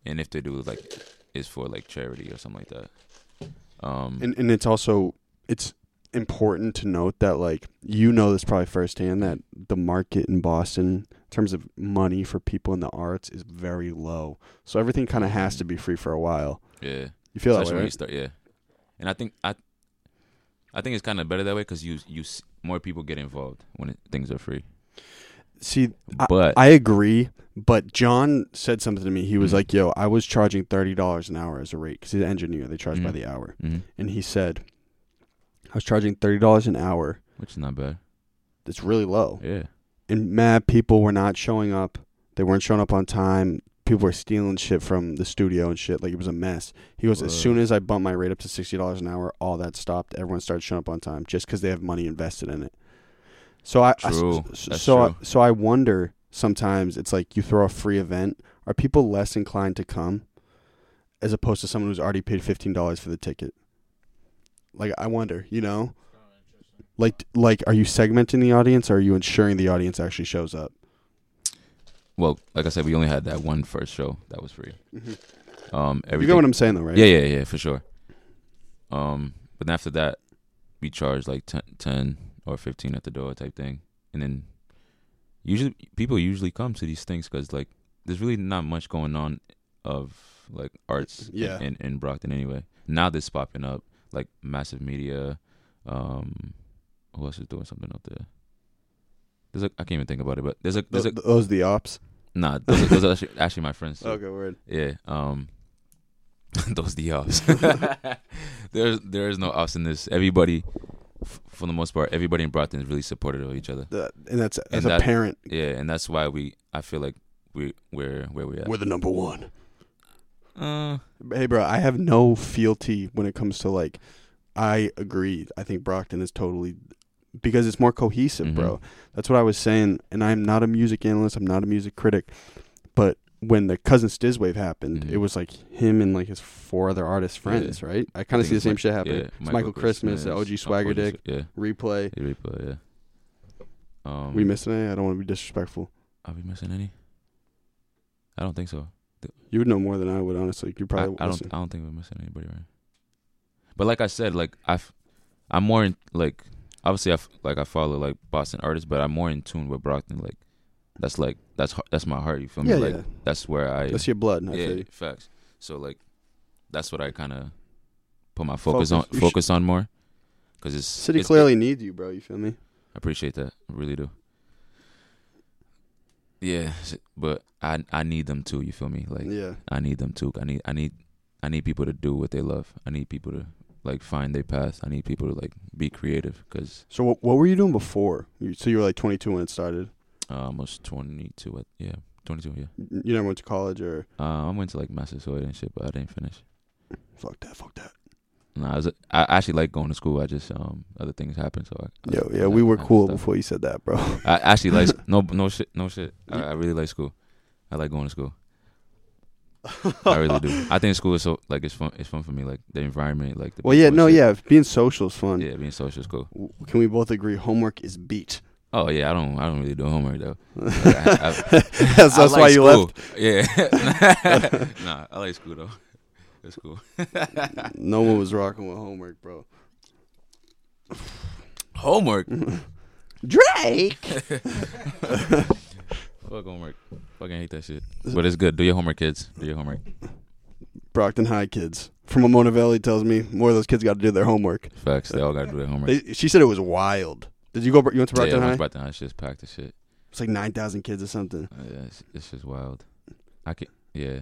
And if they do, like, it's for like charity or something like that. Um,
and and it's also it's important to note that like you know this probably firsthand that the market in Boston in terms of money for people in the arts is very low. So everything kind of has to be free for a while.
yeah.
You feel that
Especially
way,
when you
right?
start, yeah. And I think I, I think it's kind of better that way because you you s- more people get involved when it, things are free.
See, I,
But
I agree, but John said something to me. He was
Mhm.
like, "Yo, I was charging thirty dollars an hour as a rate because he's an engineer. They charge by
Mhm.
the hour."
Mhm.
And he said, "I was charging thirty dollars an hour.
which is not bad.
That's really low."
Yeah,
and mad people were not showing up. They weren't showing up on time. People were stealing shit from the studio and shit. Like it was a mess. He goes, as
Whoa.
soon as I bumped my rate up to sixty dollars an hour, all that stopped. Everyone started showing up on time just because they have money invested in it. So I, I-
True.
s-
That's
so
true.
I, so I wonder sometimes it's like you throw a free event, are people less inclined to come as opposed to someone who's already paid fifteen dollars for the ticket? Like I wonder, you know. Like, like, are you segmenting the audience? Or are you ensuring the audience actually shows up?
Well, like I said, we only had that one first show that was free. Um,
You
everything.
get what I'm saying, though, right?
yeah, yeah, yeah, for sure. Um, but then after that, we charge like 10, 10 or fifteen at the door type thing, and then usually people usually come to these things because like there's really not much going on of like arts
Yeah.
in, in Brockton anyway. Now this popping up like massive media. Um, who else is doing something up there? There's a I can't even think about it, but there's a
Th-
there's a
th- those the ops.
nah those are, those are actually, actually my friends. too.
word.
Yeah. Um those the offs. there's there is no offs in this. Everybody f- for the most part, everybody in Brockton is really supportive of each other.
That, and that's that's
that-
apparent.
Yeah, and that's why we I feel like we we're where we at.
We're the number one.
uh
Hey, bro, I have no fealty when it comes to like. I agree. I think Brockton is totally because it's more cohesive,
Mm-hmm.
bro. That's what I was saying. And I'm not a music analyst. I'm not a music critic. But when the cousin Stiz wave happened,
Mhm.
it was like him and like his four other artist friends, right? I kind of
I think
see the
it's
same
Mi-
shit happening.
yeah,
it's Michael, Christmas,
Christmas,
OG Swagger
OG
Dick,
Yeah.
replay.
yeah, Replay, yeah. Um
We missing any? I don't want to be disrespectful.
are we missing any? I don't think so.
You would know more than I would, honestly. You
I,
probably
I don't.
listen.
I don't think we're missing anybody, right? But like I said, like I, f- I'm more in like obviously I f- like I follow like Boston artists, but I'm more in tune with Brockton. Like that's like that's h- that's my heart. You feel me?
Yeah,
like
yeah.
that's where I.
That's your blood. I
yeah,
feel you.
facts. So like, that's what I kind of put my
Focus.
focus, on.
You should-
Focus on more, because it's
City
it's-
clearly needs you, bro. You feel me?
I appreciate that. I really do. Yeah, s- but I I need them too. You feel me? Like
yeah.
I need them too. I need I need I need people to do what they love. I need people to like find their path. I need people to like be creative because
So what, what were you doing before? You, so you were like 22 when it started.
uh, I was 22. at- Yeah, 22. Yeah,
N- You never went to college or
uh, I went to like Massasoit and shit, but I didn't finish.
fuck that, fuck that.
No, I was I actually like going to school. I just um other things happened, so I, I
Yo, yeah,
I-
we were
I
cool
stopped.
before you said that, bro.
I actually like no no shit no shit. I,
You-
I really like school. I like going to school. I really do. I think school is so like it's fun. It's fun for me, like the environment, like the.
Well, yeah,
people
no,
and shit.
yeah. Being social is fun.
Yeah, being social is cool.
W- Can we both agree homework is beat?
Oh yeah, I don't. I don't really do homework though. Like, I- I-
that's
I
that's
like
why you
school. Yeah. nah, I like school though. That's cool.
left. No one was rocking with homework, bro.
Homework.
Mm-hmm. Drake.
Fuck homework. Fucking hate that shit. But it's good. Do your homework, kids. Do your homework.
Brockton High kids from Amona Valley tells me more of those kids got to do their homework.
Facts. They all gotta do their homework.
They, she said it was wild. Did you go? You went to
yeah,
Brockton
once
High?
Brockton High shit's packed as shit.
it's like nine thousand kids or something.
Uh, yeah, it's, it's just wild. I can yeah.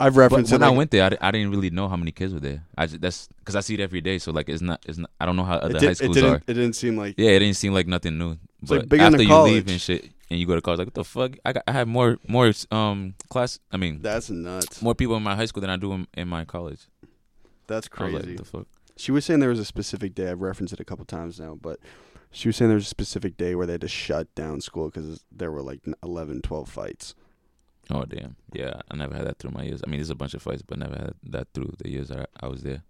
I've
But
referenced
when
it.
I
like-
went there, I, di- I didn't really know how many kids were there. I just, that's because I see it every day. So like, it's not, it's not. I don't know how
it,
other
did,
uh, high
it
schools
didn't.
are.
It didn't seem like
Yeah, it didn't seem like nothing new.
like
But
bigger than
after you leave
college.
and shit, and you go to college, like what the fuck? I got, I have more more um class. I mean,
that's nuts.
more people in my high school than I do in, in my college.
That's
I was like,
crazy.
what the fuck?
She was saying there was a specific day. I've referenced it a couple times now, but she was saying there was a specific day where they had to shut down school because there were like 11, 12 fights.
Oh damn. Yeah, I never had that through my years. I mean, there's a bunch of fights, but never had that through the years I, I was there.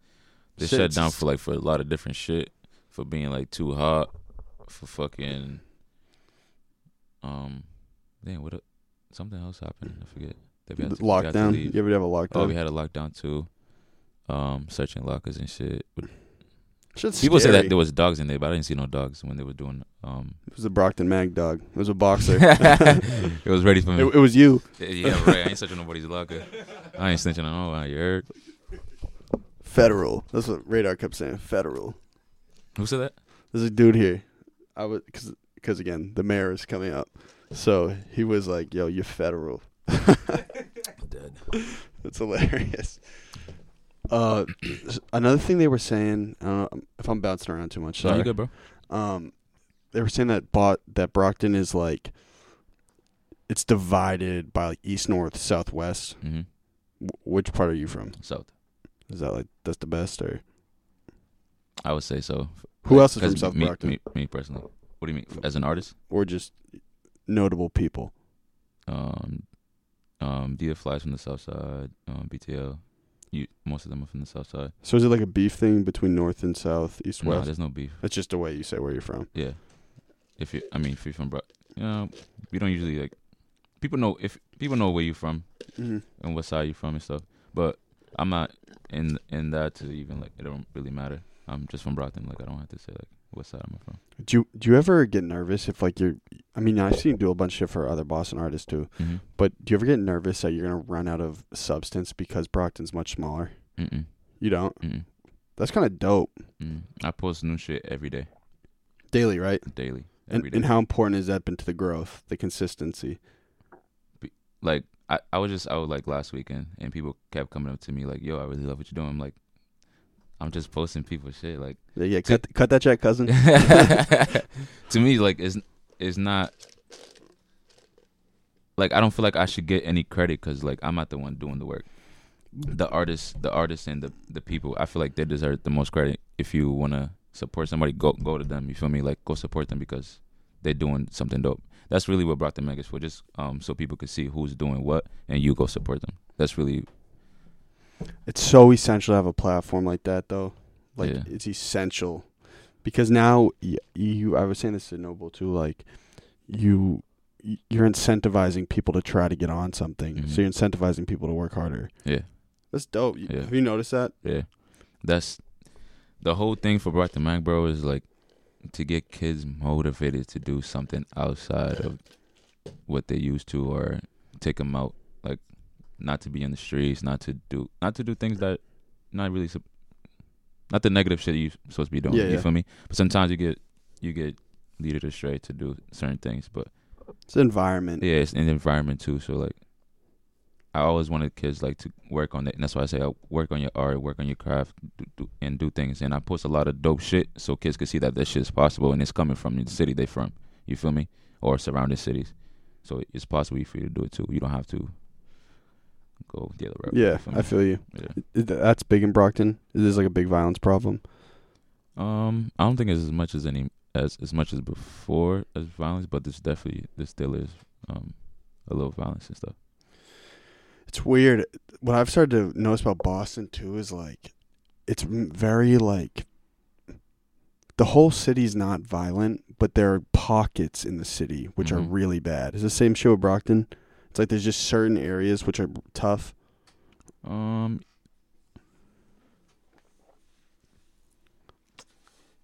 They
Shit,
shut
it's
down
just-
for like for a lot of different shit, for being like too hot, for fucking, um, damn, what? A, something else happened. I forget. They had to- they had to
lockdown.
leave.
You ever have a lockdown?
Oh, we had a lockdown too. Um, searching lockers and shit. But
Shit's
People say
scary.
that there was dogs in there, but I didn't see no dogs when they were doing. Um,
It was a Brockton Mag dog. It was a boxer. it,
it was ready for me.
it was you.
yeah, right. I ain't searching nobody's locker. I ain't snitching on no one. You heard?
Federal. That's what Radar kept saying. Federal.
Who said that?
There's a dude here. I was because because again the mayor is coming up, so he was like, "Yo, you're federal."
Dead.
That's hilarious. Uh, another thing they were saying. I don't know if I'm bouncing around too much.
No,
Sorry.
you good, bro?
um, they were saying that bought that Brockton is like it's divided by like east, north, southwest.
Mm-hmm.
W- which part are you from?
South.
Is that like that's the best or
I would say so.
who else is from
'Cause
South
me,
Brockton
Me, me personally. What do you mean? As an artist?
or just notable people?
Um, um, Dia Flies from the South Side. Um, BTL. You, most of them are from the South Side.
So is it like a beef thing between north and south, east,
No,
west?
there's no beef.
That's just the way you say where you're from.
Yeah. If you, I mean, if you're from, Bro- you know, we don't usually like. People know if people know where you're from.
Mm-hmm.
and what side you're from and stuff. But I'm not in in that to even like it don't really matter. I'm just from Brockton. Like I don't have to say like what side am I from.
Do you do you ever get nervous if like you're? I mean, I've seen you do a bunch of shit for other Boston artists too.
Mm-hmm.
But do you ever get nervous that you're gonna run out of substance because Brockton's much smaller?
Mm-mm,
You don't.
mm-mm,
That's kind of dope.
mm-mm. I post new shit every day,
Daily, right?
daily,
And,
every day.
and how important has that been to the growth, the consistency?
like I, I was just out like last weekend, and people kept coming up to me like, "Yo, I really love what you're doing." I'm like, I'm just posting people shit. Like
Yeah, yeah cut, cut that check, cousin.
to me, like it's it's not. Like I don't feel like I should get any credit because like I'm not the one doing the work. The artists, the artists, and the the people, I feel like they deserve the most credit. If you wanna support somebody, go go to them. You feel me? Like go support them because they're doing something dope. That's really what brought the megas for. Just um, so people could see who's doing what, and you go support them. That's really
It's so essential to have a platform like that, though. Like
Yeah.
it's essential because now y- you. I was saying this to Noble too. Like you, y- you're incentivizing people to try to get on something.
Mhm.
So you're incentivizing people to work harder.
Yeah.
that's dope. You-
Yeah.
Have you noticed that?
Yeah. That's the whole thing for Brock the Mac, bro, is like to get kids motivated to do something outside of what they used to or take them out, like not to be in the streets, not to do, not to do things that not really, sup- not the negative shit you supposed to be doing.
Yeah,
you
yeah.
feel me? But sometimes you get, you get leaded astray to do certain things, but
It's environment.
yeah, it's in the environment too. So like, I always wanted kids like to work on it, and that's why I say uh, work on your art, work on your craft, do, do, and do things. And I post a lot of dope shit so kids can see that this shit is possible, and it's coming from the city they from. You feel me? Or surrounding cities. So it's possible for you to do it too. You don't have to go the other route.
Yeah,
you feel me?
I feel you.
Yeah.
Th- That's big in Brockton. Is this like a big violence problem?
Um, I don't think it's as much as any as as much as before as violence, but there's definitely there still is um a little violence and stuff.
It's weird. What I've started to notice about Boston too is like, it's m- very like. The whole city's not violent, but there are pockets in the city which are
Mhm.
really bad. It's the same show with Brockton. It's like there's just certain areas which are tough.
Um.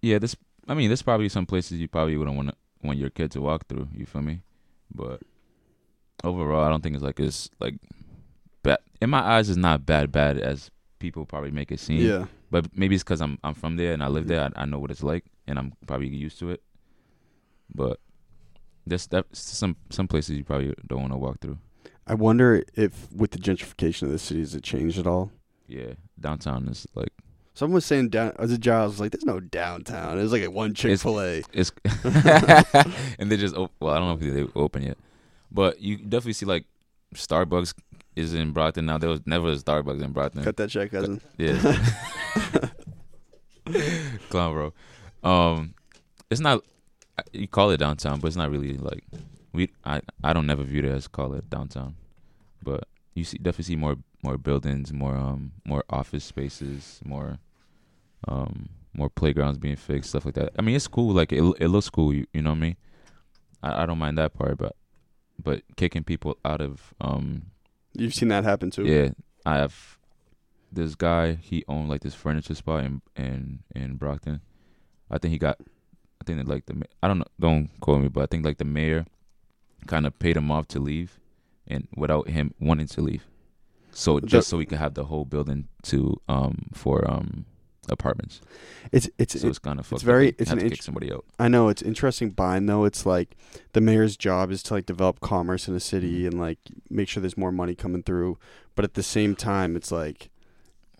Yeah, this. I mean, there's probably some places you probably wouldn't want to want your kid to walk through. You feel me? But overall, I don't think it's like it's like bad. In my eyes, it's not bad bad as people probably make it seem.
Yeah.
But maybe it's because I'm I'm from there and I live there. I, I know what it's like, and I'm probably used to it. But there's that some some places you probably don't want to walk through.
I wonder if with the gentrification of the city, has it changed at all?
Yeah, downtown is like
Someone was saying down. uh, The Giles was like, "There's no downtown. There's like a one Chick Fil A."
It's and they just op- well, I don't know if they open yet, but you definitely see like Starbucks is in Brockton now. There was never a Starbucks in Brockton.
Cut that check, cousin.
Yeah, clown bro. Um, it's not you call it downtown, but it's not really like we. I I don't never view it as call it downtown, but you see definitely see more more buildings, more um more office spaces, more um more playgrounds being fixed, stuff like that. I mean, it's cool. Like it it looks cool. You, you know what I mean? I, I don't mind that part, but but kicking people out of um
You've seen that happen too.
yeah, I have this guy. He owned like this furniture spot in in in Brockton. I think he got. I think that like the ma- I don't know. Don't quote me, but I think like the mayor kind of paid him off to leave, and without him wanting to leave, so
That-
just so we could have the whole building to um for um apartments.
It's it's
so it's kind of fucked up.
very-
They
it's
have
an
to kick
int-
somebody out.
I know it's interesting bind though. It's like the mayor's job is to like develop commerce in a
Mm-hmm.
city and like make sure there's more money coming through. But at the same time, it's like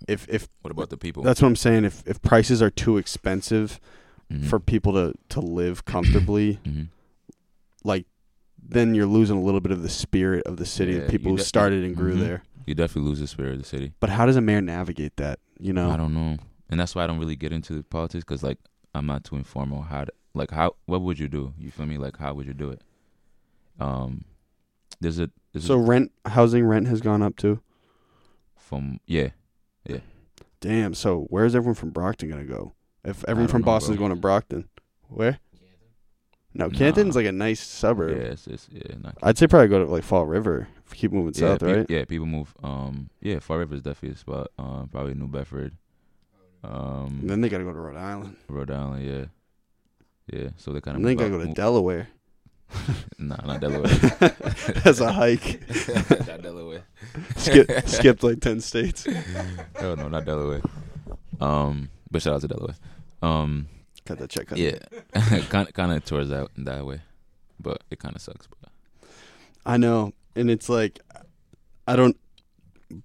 if if
What about the people?
that's what I'm saying, if if prices are too expensive
Mm-hmm.
for people to to live comfortably,
hmm
like then you're losing a little bit of the spirit of the city
Yeah,
of people
you
who
de-
started and grew
Mhm.
there.
you definitely lose the spirit of the city.
But how does a mayor navigate that? You know,
I don't know, and that's why I don't really get into politics because like I'm not too informed on how to, like how what would you do? You feel me? Like how would you do it? Um, there's a there's
so
a,
rent housing rent has gone up too.
from yeah
Damn. So where's everyone from Brockton gonna go? If everyone
don't
from
know,
Boston's
bro.
going to Brockton, where? No,
Nah.
Canton's like a nice
yeah
suburb.
it's, it's yeah not,
I'd say probably go to like Fall River. If you keep moving
yeah,
south,
pe-
right?
yeah people move um yeah Far River is definitely a spot um probably New Bedford um
And then they gotta go to Rhode Island.
Rhode Island yeah yeah so they kind of
And then they gotta go to Delaware.
nah not Delaware
That's a hike.
not Delaware
Skip, skipped like ten states.
hell no not Delaware um but shout out to Delaware um.
Cut that check. Cut.
Yeah, kind of, kind of towards that that way, but it kind of sucks. But
I know, and it's like, I don't.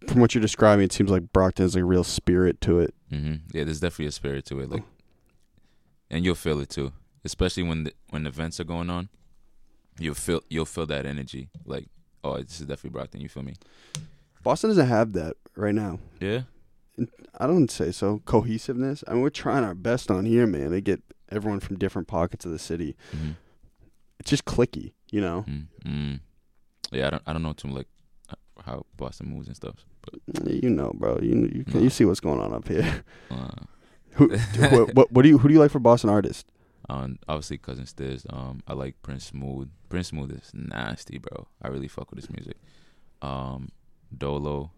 From what you're describing, it seems like Brockton has like a real spirit to it.
hmm yeah, there's definitely a spirit to it, like, and you'll feel it too, especially when the, when events are going on. You'll feel you'll feel that energy, like, oh, this is definitely Brockton. You feel me?
Boston doesn't have that right now.
Yeah,
I don't say so. Cohesiveness. I mean, we're trying our best on here, man. They get everyone from different pockets of the city.
hmm
It's just clicky, you know.
mm yeah. I don't I don't know too like how Boston moves and stuff, but
Eh, You know, bro. You you, can,
No.
you see what's going on up here.
uh,
Who what, what what do you who do you like for Boston artists?
um, obviously cousin Stiz. Um, I like Prince Smooth. Prince Smooth is nasty, bro. I really fuck with his music. Um, Dolo.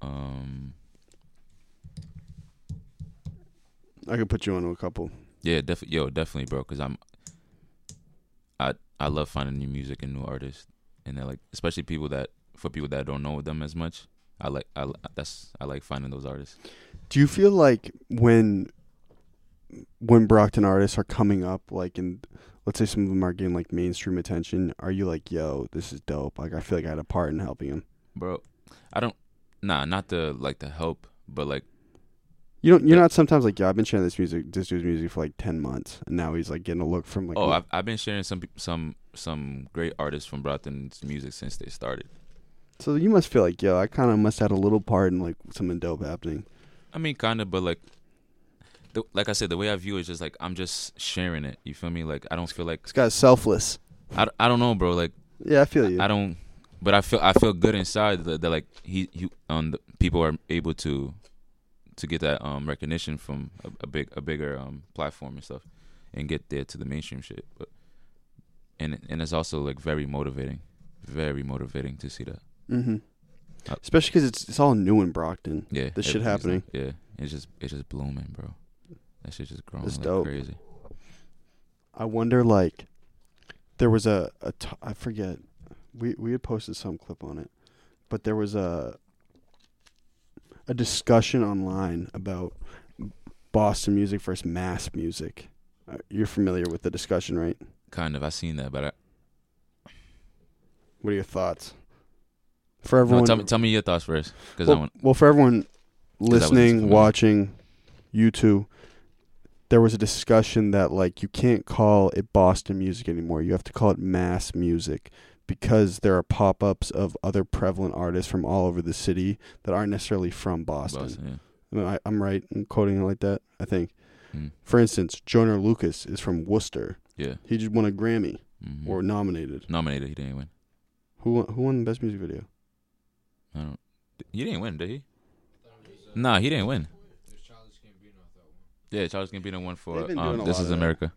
Um,
I could put you onto a couple.
yeah, definitely, yo, definitely, bro. Cause I'm, I I love finding new music and new artists, and they're like, especially people that for people that don't know them as much. I like I li- that's I like finding those artists.
Do you feel like when when Brockton artists are coming up, like and let's say some of them are getting like mainstream attention, are you like, yo, this is dope? Like I feel like I had a part in helping them.
bro. I don't, nah, not the like the help, but like
You don't. You're not sometimes like, yeah, I've been sharing this music, this dude's music for like ten months, and now he's like getting a look from like.
oh, I've I've been sharing some peop- some some great artists from Brockton's music since they started.
so you must feel like, yo, I kind of must had a little part in like something dope happening.
I mean, kind of, but like, the, like I said, the way I view it is just like I'm just sharing it. You feel me? Like I don't feel like
This guy's selfless.
I, I don't know, bro. Like
Yeah, I feel you.
I don't but I feel I feel good inside that, that like he he um the people are able to to get that um recognition from a, a big a bigger um platform and stuff and get there to the mainstream shit. But and and it's also like very motivating, very motivating to see that.
Mm-hmm.
Uh,
Especially because it's it's all new in Brockton.
Yeah,
This shit
everything's like- yeah, it's just it's just blooming, bro. That shit just growing
That's
like
dope.
crazy.
I wonder like there was a, a t- I forget we we had posted some clip on it, but there was a a discussion online about Boston music versus mass music. Uh, you're familiar with the discussion, right?
Kind of, I seen that, but I,
What are your thoughts? For
no,
everyone,
tell me tell me your thoughts first, because I
well,
want
well, for everyone
wasn't
listening,
familiar.
watching, you two, there was a discussion that like you can't call it Boston music anymore. You have to call it mass music because there are pop-ups of other prevalent artists from all over the city that aren't necessarily from Boston.
Boston. yeah.
I mean, I, I'm right in quoting it like that. I think.
Mm.
For instance, Joyner Lucas is from Worcester.
Yeah.
He just won a Grammy
mhm.
or nominated.
nominated, he didn't win.
Who won, who won the best music video?
I don't. He didn't win, did he? Nah, he didn't win. Yeah, Charles Gambino won
They've
for
been doing
um,
a
This
lot
Is
of that.
America.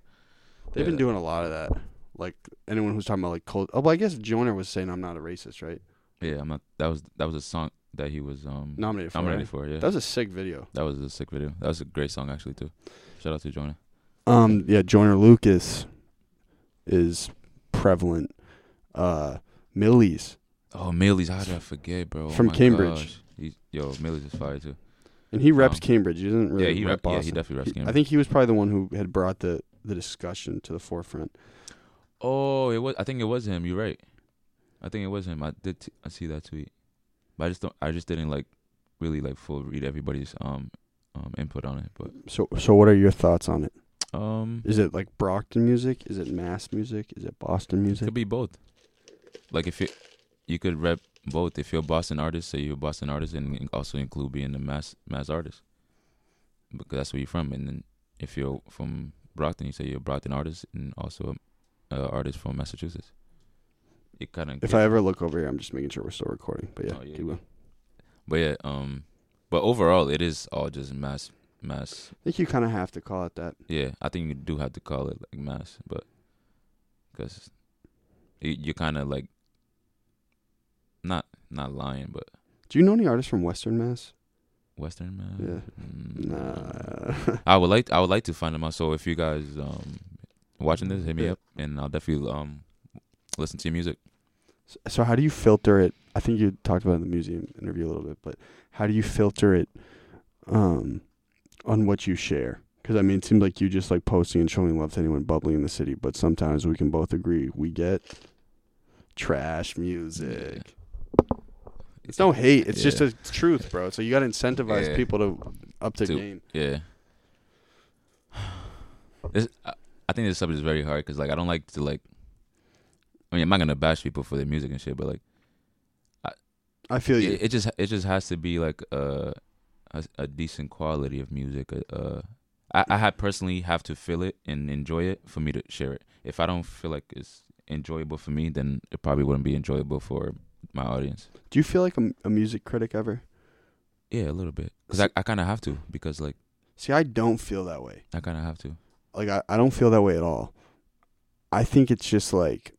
They've been
Yeah.
doing a lot of that. Like anyone who's talking about like cold. Oh, but I guess Joyner was saying I'm not a racist, right?
Yeah, I'm not. That was that was a song that he was um
Nominated for.
nominated
right?
for. Yeah,
That was a sick video.
that was a sick video. That was a great song actually too. Shout out to Jonah.
Um, yeah, Joyner Lucas is prevalent. Uh, Millie's,
Oh, Millie's, how did I forget, bro? Oh
From
my
Cambridge.
gosh. He- yo, Millie's is fire too.
and he reps
Um,
Cambridge. He doesn't really
yeah, he
rep
rep, yeah, he
Boston.
definitely reps Cambridge.
I think he was probably the one who had brought the the discussion to the forefront.
Oh, it was. I think it was him. You're right. I think it was him. I did. T- I see that tweet, but I just don't. I just didn't like really like full read everybody's um um input on it. But
So, so what are your thoughts on it?
um,
Is it like Brockton music? Is it mass music? Is it Boston music?
Could be both. Like if you you could rep both. If you're a Boston artist, say you're a Boston artist, and in- also include being a mass mass artist, because that's where you're from. And then if you're from Brockton, you say you're a Brockton artist, and also a uh, artist from Massachusetts. It kind of
If I ever look over here, I'm just making sure we're still recording. But yeah,
Oh, yeah.
keep going.
but yeah, um, but overall, it is all just mass mass.
I think you kind of have to call it that.
Yeah, I think you do have to call it like mass, but because you're kind of like not not lying, but
Do you know any artists from Western Mass?
Western Mass.
Yeah.
Mm.
Nah.
I would like I would like to find them out. So if you guys um watching this, hit me
Yeah.
up and I'll definitely um listen to your music.
so how do you filter it? I think you talked about it in the museum interview a little bit, but how do you filter it um, on what you share? Because I mean, it seems like you just like posting and showing love to anyone bubbly in the city, but sometimes we can both agree we get trash music. It's no hate. It's just
Yeah.
a truth, bro. So you gotta incentivize
Yeah.
people to up their
To-
game.
Yeah. This, I, I think this subject is very hard because like I don't like to like. I mean, I'm not gonna bash people for their music and shit, but like
I feel you.
it, it just it just has to be like a a, a decent quality of music. Uh, uh, I I have personally have to feel it and enjoy it for me to share it. If I don't feel like it's enjoyable for me, then it probably wouldn't be enjoyable for my audience.
Do you feel like a, m- a music critic ever?
Yeah, a little bit, because I, I kind of have to because like
See, I don't feel that way.
I kind of have to.
like I, I don't feel that way at all. I think it's just like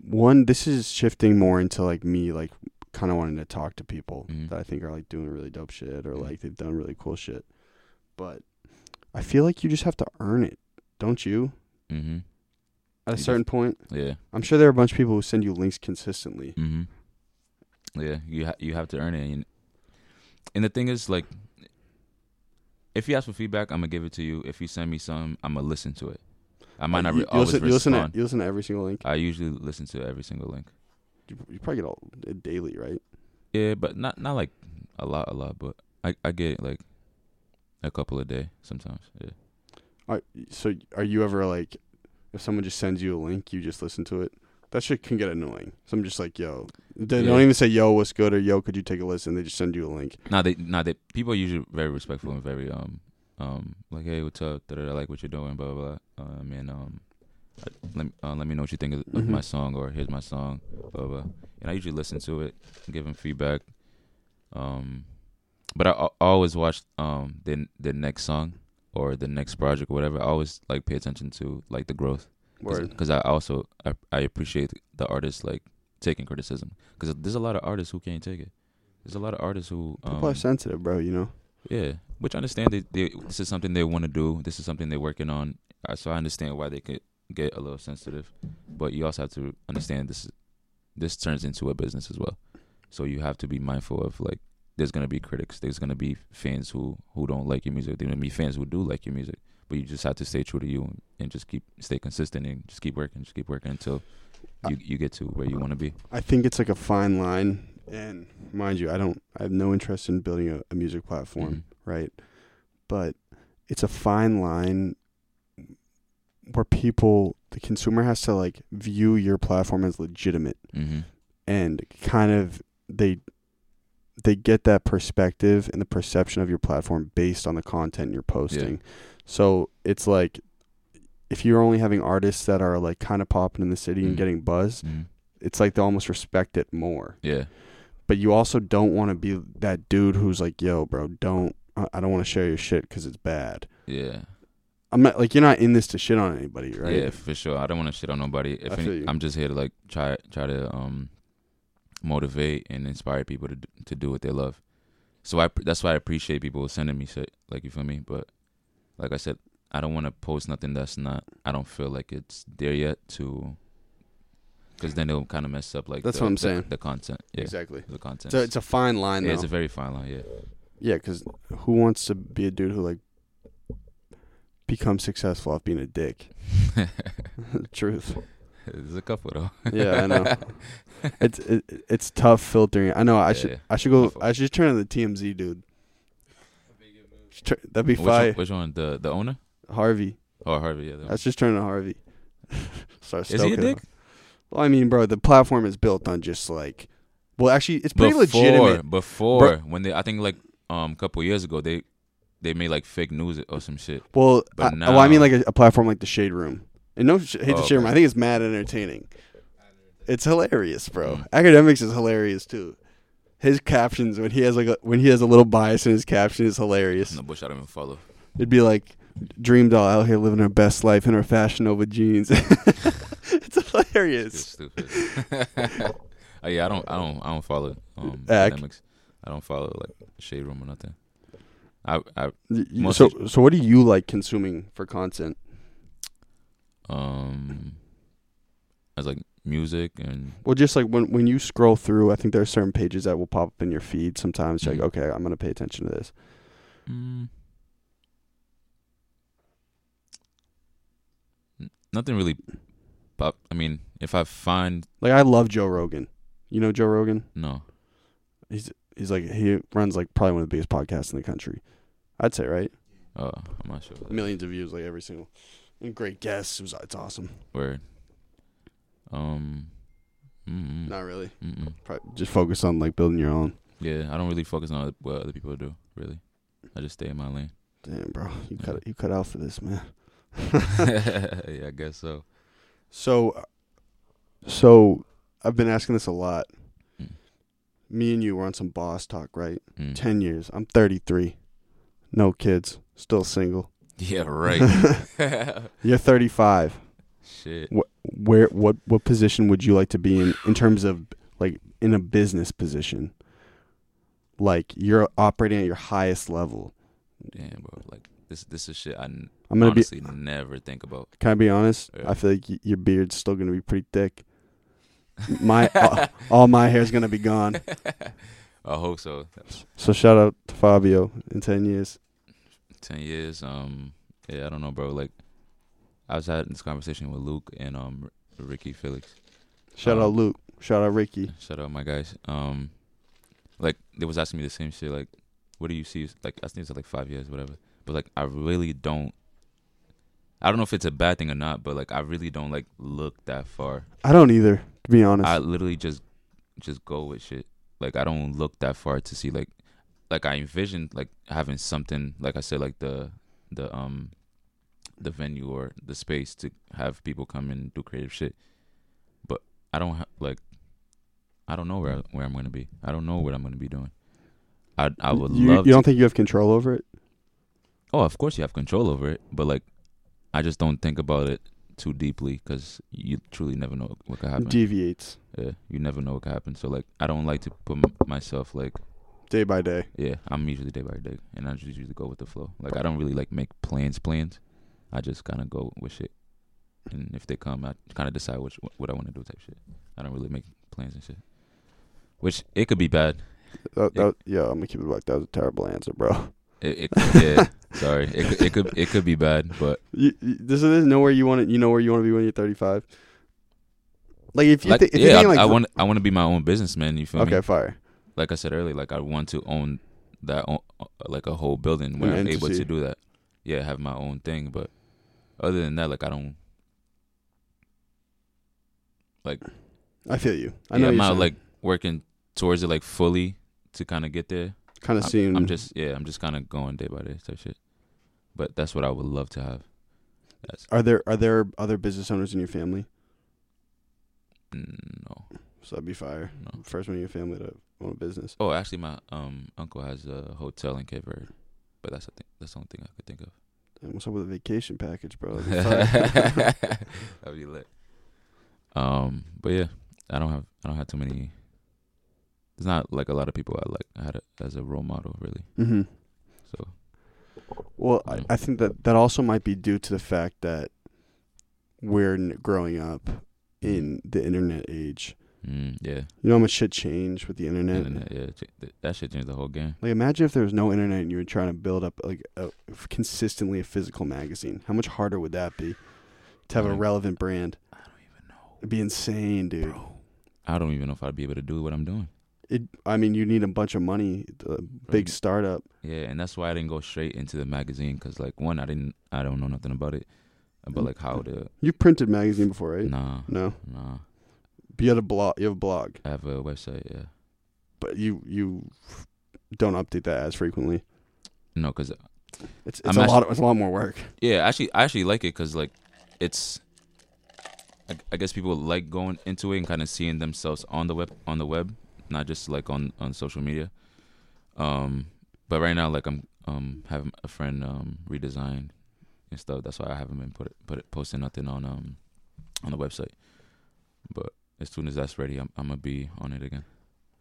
one, this is shifting more into like me like kind of wanting to talk to people
Mhm.
that I think are like doing really dope shit or
Mhm.
like they've done really cool shit. But I feel like you just have to earn it, don't you?
hmm
At a
You def-
certain point,
Yeah.
I'm sure there are a bunch of people who send you links consistently.
hmm Mm-hmm. Yeah, you ha- you have to earn it, and, and the thing is, like, if you ask for feedback, I'm gonna give it to you. If you send me some, I'm gonna listen to it. I
Like,
might not
Uh, you,
re-
you
always
listen, you listen
respond.
to you listen to every single link.
I usually listen to every single link.
You, you probably get all uh, daily, right?
Yeah, but not not like a lot, a lot. But I I get like a couple a day sometimes. Yeah.
Are, so are you ever like, if someone just sends you a link, you just listen to it? That shit can get annoying. So I'm just like, yo, they
Yeah.
don't even say, yo, what's good, or yo, could you take a listen? They just send you a link.
Now they now they people are usually very respectful and very um um like hey what's up da, da, da, I like what you're doing blah blah blah um and um I, let, me- uh, let me know what you think of, of my song or here's my song. Blah, blah. And I usually listen to it, give him feedback. Um, but I, al- always watch um the the next song or the next project or whatever. I always like pay attention to like the growth
Word.
because I also I, I appreciate the artists like taking criticism because there's a lot of artists who can't take it. There's a lot of artists who um,
People are sensitive, bro. You know.
yeah, which I understand they, they this is something they want to do. This is something they're working on. Uh, So I understand why they could get a little sensitive, but you also have to understand this this turns into a business as well. So you have to be mindful of like there's gonna be critics, there's gonna be fans who who don't like your music, there's gonna be fans who do like your music, but you just have to stay true to you and just keep stay consistent and just keep working, just keep working until you you get to where you want to be.
I think it's like a fine line. And mind you, I don't, I have no interest in building a, a music platform,
Mhm.
right? But it's a fine line where people, the consumer has to like view your platform as legitimate
Mm-hmm.
and kind of they, they get that perspective and the perception of your platform based on the content you're posting. So it's like, if you're only having artists that are like kind of popping in the city and
Mhm.
getting buzz,
hmm
it's like they almost respect it more.
Yeah,
But you also don't want to be that dude who's like, "Yo, bro, don't I I don't want to share your shit because it's bad."
yeah.
I'm not like you're not in this to shit on anybody, right?
Yeah, for sure. I don't want to shit on nobody. If
I
any,
feel you.
I'm just here to like try try to um motivate and inspire people to d- to do what they love. So I that's why I appreciate people sending me shit. Like you feel me? But like I said, I don't want to post nothing that's not. I don't feel like it's there yet to. Because then it'll kind of mess up like
That's
the,
what I'm
the-
saying.
The content, yeah,
exactly.
the content.
So it's a fine line,
yeah,
though.
it's a very fine line. Yeah,
yeah, because who wants to be a dude who like becomes successful off being a dick? Truth.
there's a couple though.
Yeah, I know. It's it, it's tough filtering. I know. I
Yeah,
should
yeah.
I should go.
My fault.
I should turn on the TMZ dude. Should turn- That'd be
Which one,
fire.
which one? The the owner
Harvey.
or Harvey? Yeah, the
That's just turning to Harvey. Start
is he a
stoking him.
dick?
Well, I mean, bro, the platform is built on just like, well, actually, it's pretty
before,
legitimate.
Before when they, I think like um a couple years ago they they made like fake news or some shit.
Well,
But
I, well, I mean,
now-
like a, a platform like the Shade Room. And no, sh- hate
Oh,
the Shade Room.
okay.
I think it's mad entertaining. It's hilarious, bro.
Mm.
Academics is hilarious too. His captions when he has like a, when he has a little bias in his caption is hilarious.
No bush, I don't even follow.
It'd be like Dream Doll out here living her best life in her Fashion Nova jeans. it's
It's
hilarious.
stupid. oh, yeah, I don't, I don't, I don't follow um
Act.
academics. I don't follow like shade room or nothing. I, I
Y- y-
Mostly-
So, so what do you like consuming for content?
um as like music and
Well, just like when when you scroll through, I think there are certain pages that will pop up in your feed. Sometimes you're like, okay, I'm gonna pay attention to this.
Mm. N- nothing really. Pop. I mean, if I find
Like, I love Joe Rogan. You know Joe Rogan?
no,
He's he's like he runs like probably one of the biggest podcasts in the country. I'd say right,
uh, I'm not sure.
millions of views like every single, and great guests. It was, it's awesome.
Word. Um. Mm-mm.
Not really.
Mm-mm.
Probably just focus on like building your own.
Yeah, I don't really focus on other- what other people do. Really, I just stay in my lane.
Damn, bro, you cut you cut out for this, man.
yeah, I guess so.
So, so I've been asking this a lot.
Mm.
Me and you were on some boss talk, right?
Mm.
10 years. I'm 33. No kids. Still single.
Yeah, right.
You're 35.
Shit.
What where what what position would you like to be in in terms of like in a business position? Like you're operating at your highest level.
Damn, bro. Like this. This is shit I n-
I'm going to be
honestly never think about.
Can I be honest?
Yeah.
I feel like y- your beard's still going to be pretty thick. My all, all my hair's going to be gone.
I hope so.
So shout out to Fabio in 10 years.
Ten years. Um. Yeah, I don't know, bro. Like, I was having this conversation with Luke and um R- Ricky Felix.
Shout
Um,
out Luke. Shout out Ricky.
Shout out my guys. Um, like they was asking me the same shit. Like, what do you see? Like, I think it's like five years, whatever. But like, I really don't. I don't know if it's a bad thing or not, but like, I really don't like look that far.
I don't either, to be honest.
I literally just, just go with shit. Like, I don't look that far to see like, like I envisioned like having something. Like I said, like the, the um, the venue or the space to have people come and do creative shit. But I don't have like I don't know where I, where I'm going to be. I don't know what I'm going to be doing. I I would
you,
love
You
to
don't think you have control over it?
Oh, of course you have control over it, but like, I just don't think about it too deeply because you truly never know what could happen.
Deviates
yeah, you never know what could happen. So like, I don't like to put m- myself like,
day by day.
yeah, I'm usually day by day, and I just usually go with the flow. Like, I don't really like make plans, plans. I just kind of go with shit, and if they come, I kind of decide which what I want to do type shit. I don't really make plans and shit, which it could be bad.
That,
Yeah.
that, yeah, I'm gonna keep it like that was a terrible answer, bro.
It, it yeah, sorry, it could- it could it could be bad, but
You, you, this is nowhere you want to. You know where you want to be when you're 35. Like if you
like,
thi- if
yeah,
you're
I,
thinking like
I want I want to be my own businessman. You feel me?
okay, fire.
like I said earlier, like I want to own that o- like a whole building where
An
I'm able
entity.
to do that. Yeah, have my own thing, but other than that, like I don't. Like
I feel you. I
yeah,
know
I'm
you're
not like working towards it like fully to kind of get there.
kind of
I'm-
seeing.
I'm just yeah, I'm just kind of going day by day type shit. But that's what I would love to have. That's
Are there are there other business owners in your family?
mm, no,
So that'd be fire.
no.
First one in your family to own a business.
Oh, actually, my um uncle has a hotel in Cape Verde, but that's the thing. That's the only thing I could think of.
And what's up with a vacation package, bro? That'd be fire.
That'd be lit. Um, but yeah, I don't have I don't have too many. There's not like a lot of people I like I had a, as a role model really.
hmm
So
Well, I, I think that that also might be due to the fact that we're n- growing up in the internet age.
mm, yeah,
You know how much shit changed with the internet?
internet, yeah, ch- th- that shit changed the whole game.
Like, imagine if there was no internet and you were trying to build up like a, f- consistently a physical magazine. How much harder would that be to have a
Like-
relevant brand?
I don't even know,
It'd be insane, dude.
bro. I don't even know if I'd be able to do what I'm doing.
It. I mean, you need a bunch of money, a big
Right.
startup.
Yeah, and that's why I didn't go straight into the magazine because like one, I didn't I don't know nothing about it, about like how to
You printed magazine before, right?
nah
No.
nah.
But you had a blog. You have a blog,
I have a website, yeah.
but you you don't update that as frequently.
No, because
It's it's
I'm
a
actu-
lot. It's a lot more work.
Yeah, actually, I actually like it because like it's. I, I guess people like going into it and kind of seeing themselves on the web, on the web, not just like on on social media. Um, but right now, like I'm um having a friend um redesign and stuff. That's why I haven't been put put posting nothing on um on the website. But as soon as that's ready, I'm I'm gonna be on it again.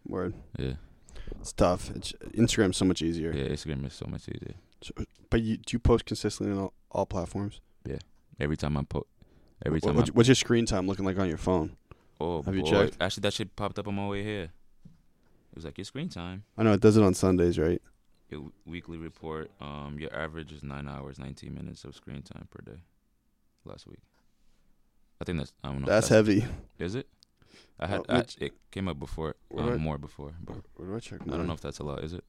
Word.
Yeah,
It's tough. It's, Instagram's so much easier.
yeah. Instagram is so much easier.
But you do you post consistently on all, all platforms?
Every time I post, every
What-
time
what's,
I
what's your screen time looking like on your phone?
Oh,
Have you
boy.
checked?
Actually, that shit popped up on my way here. It was like your screen time,
I know it does it on Sundays, right?
your w- weekly report. Um, your average is nine hours, nineteen minutes of screen time per day. Last week, I think that's I don't know. if
That's heavy.
Is it? I had
Uh,
I,
which-
it came up before,
What do I-
um, more before, but
Where do I check?
I
mine?
don't know if that's a lot. Is it?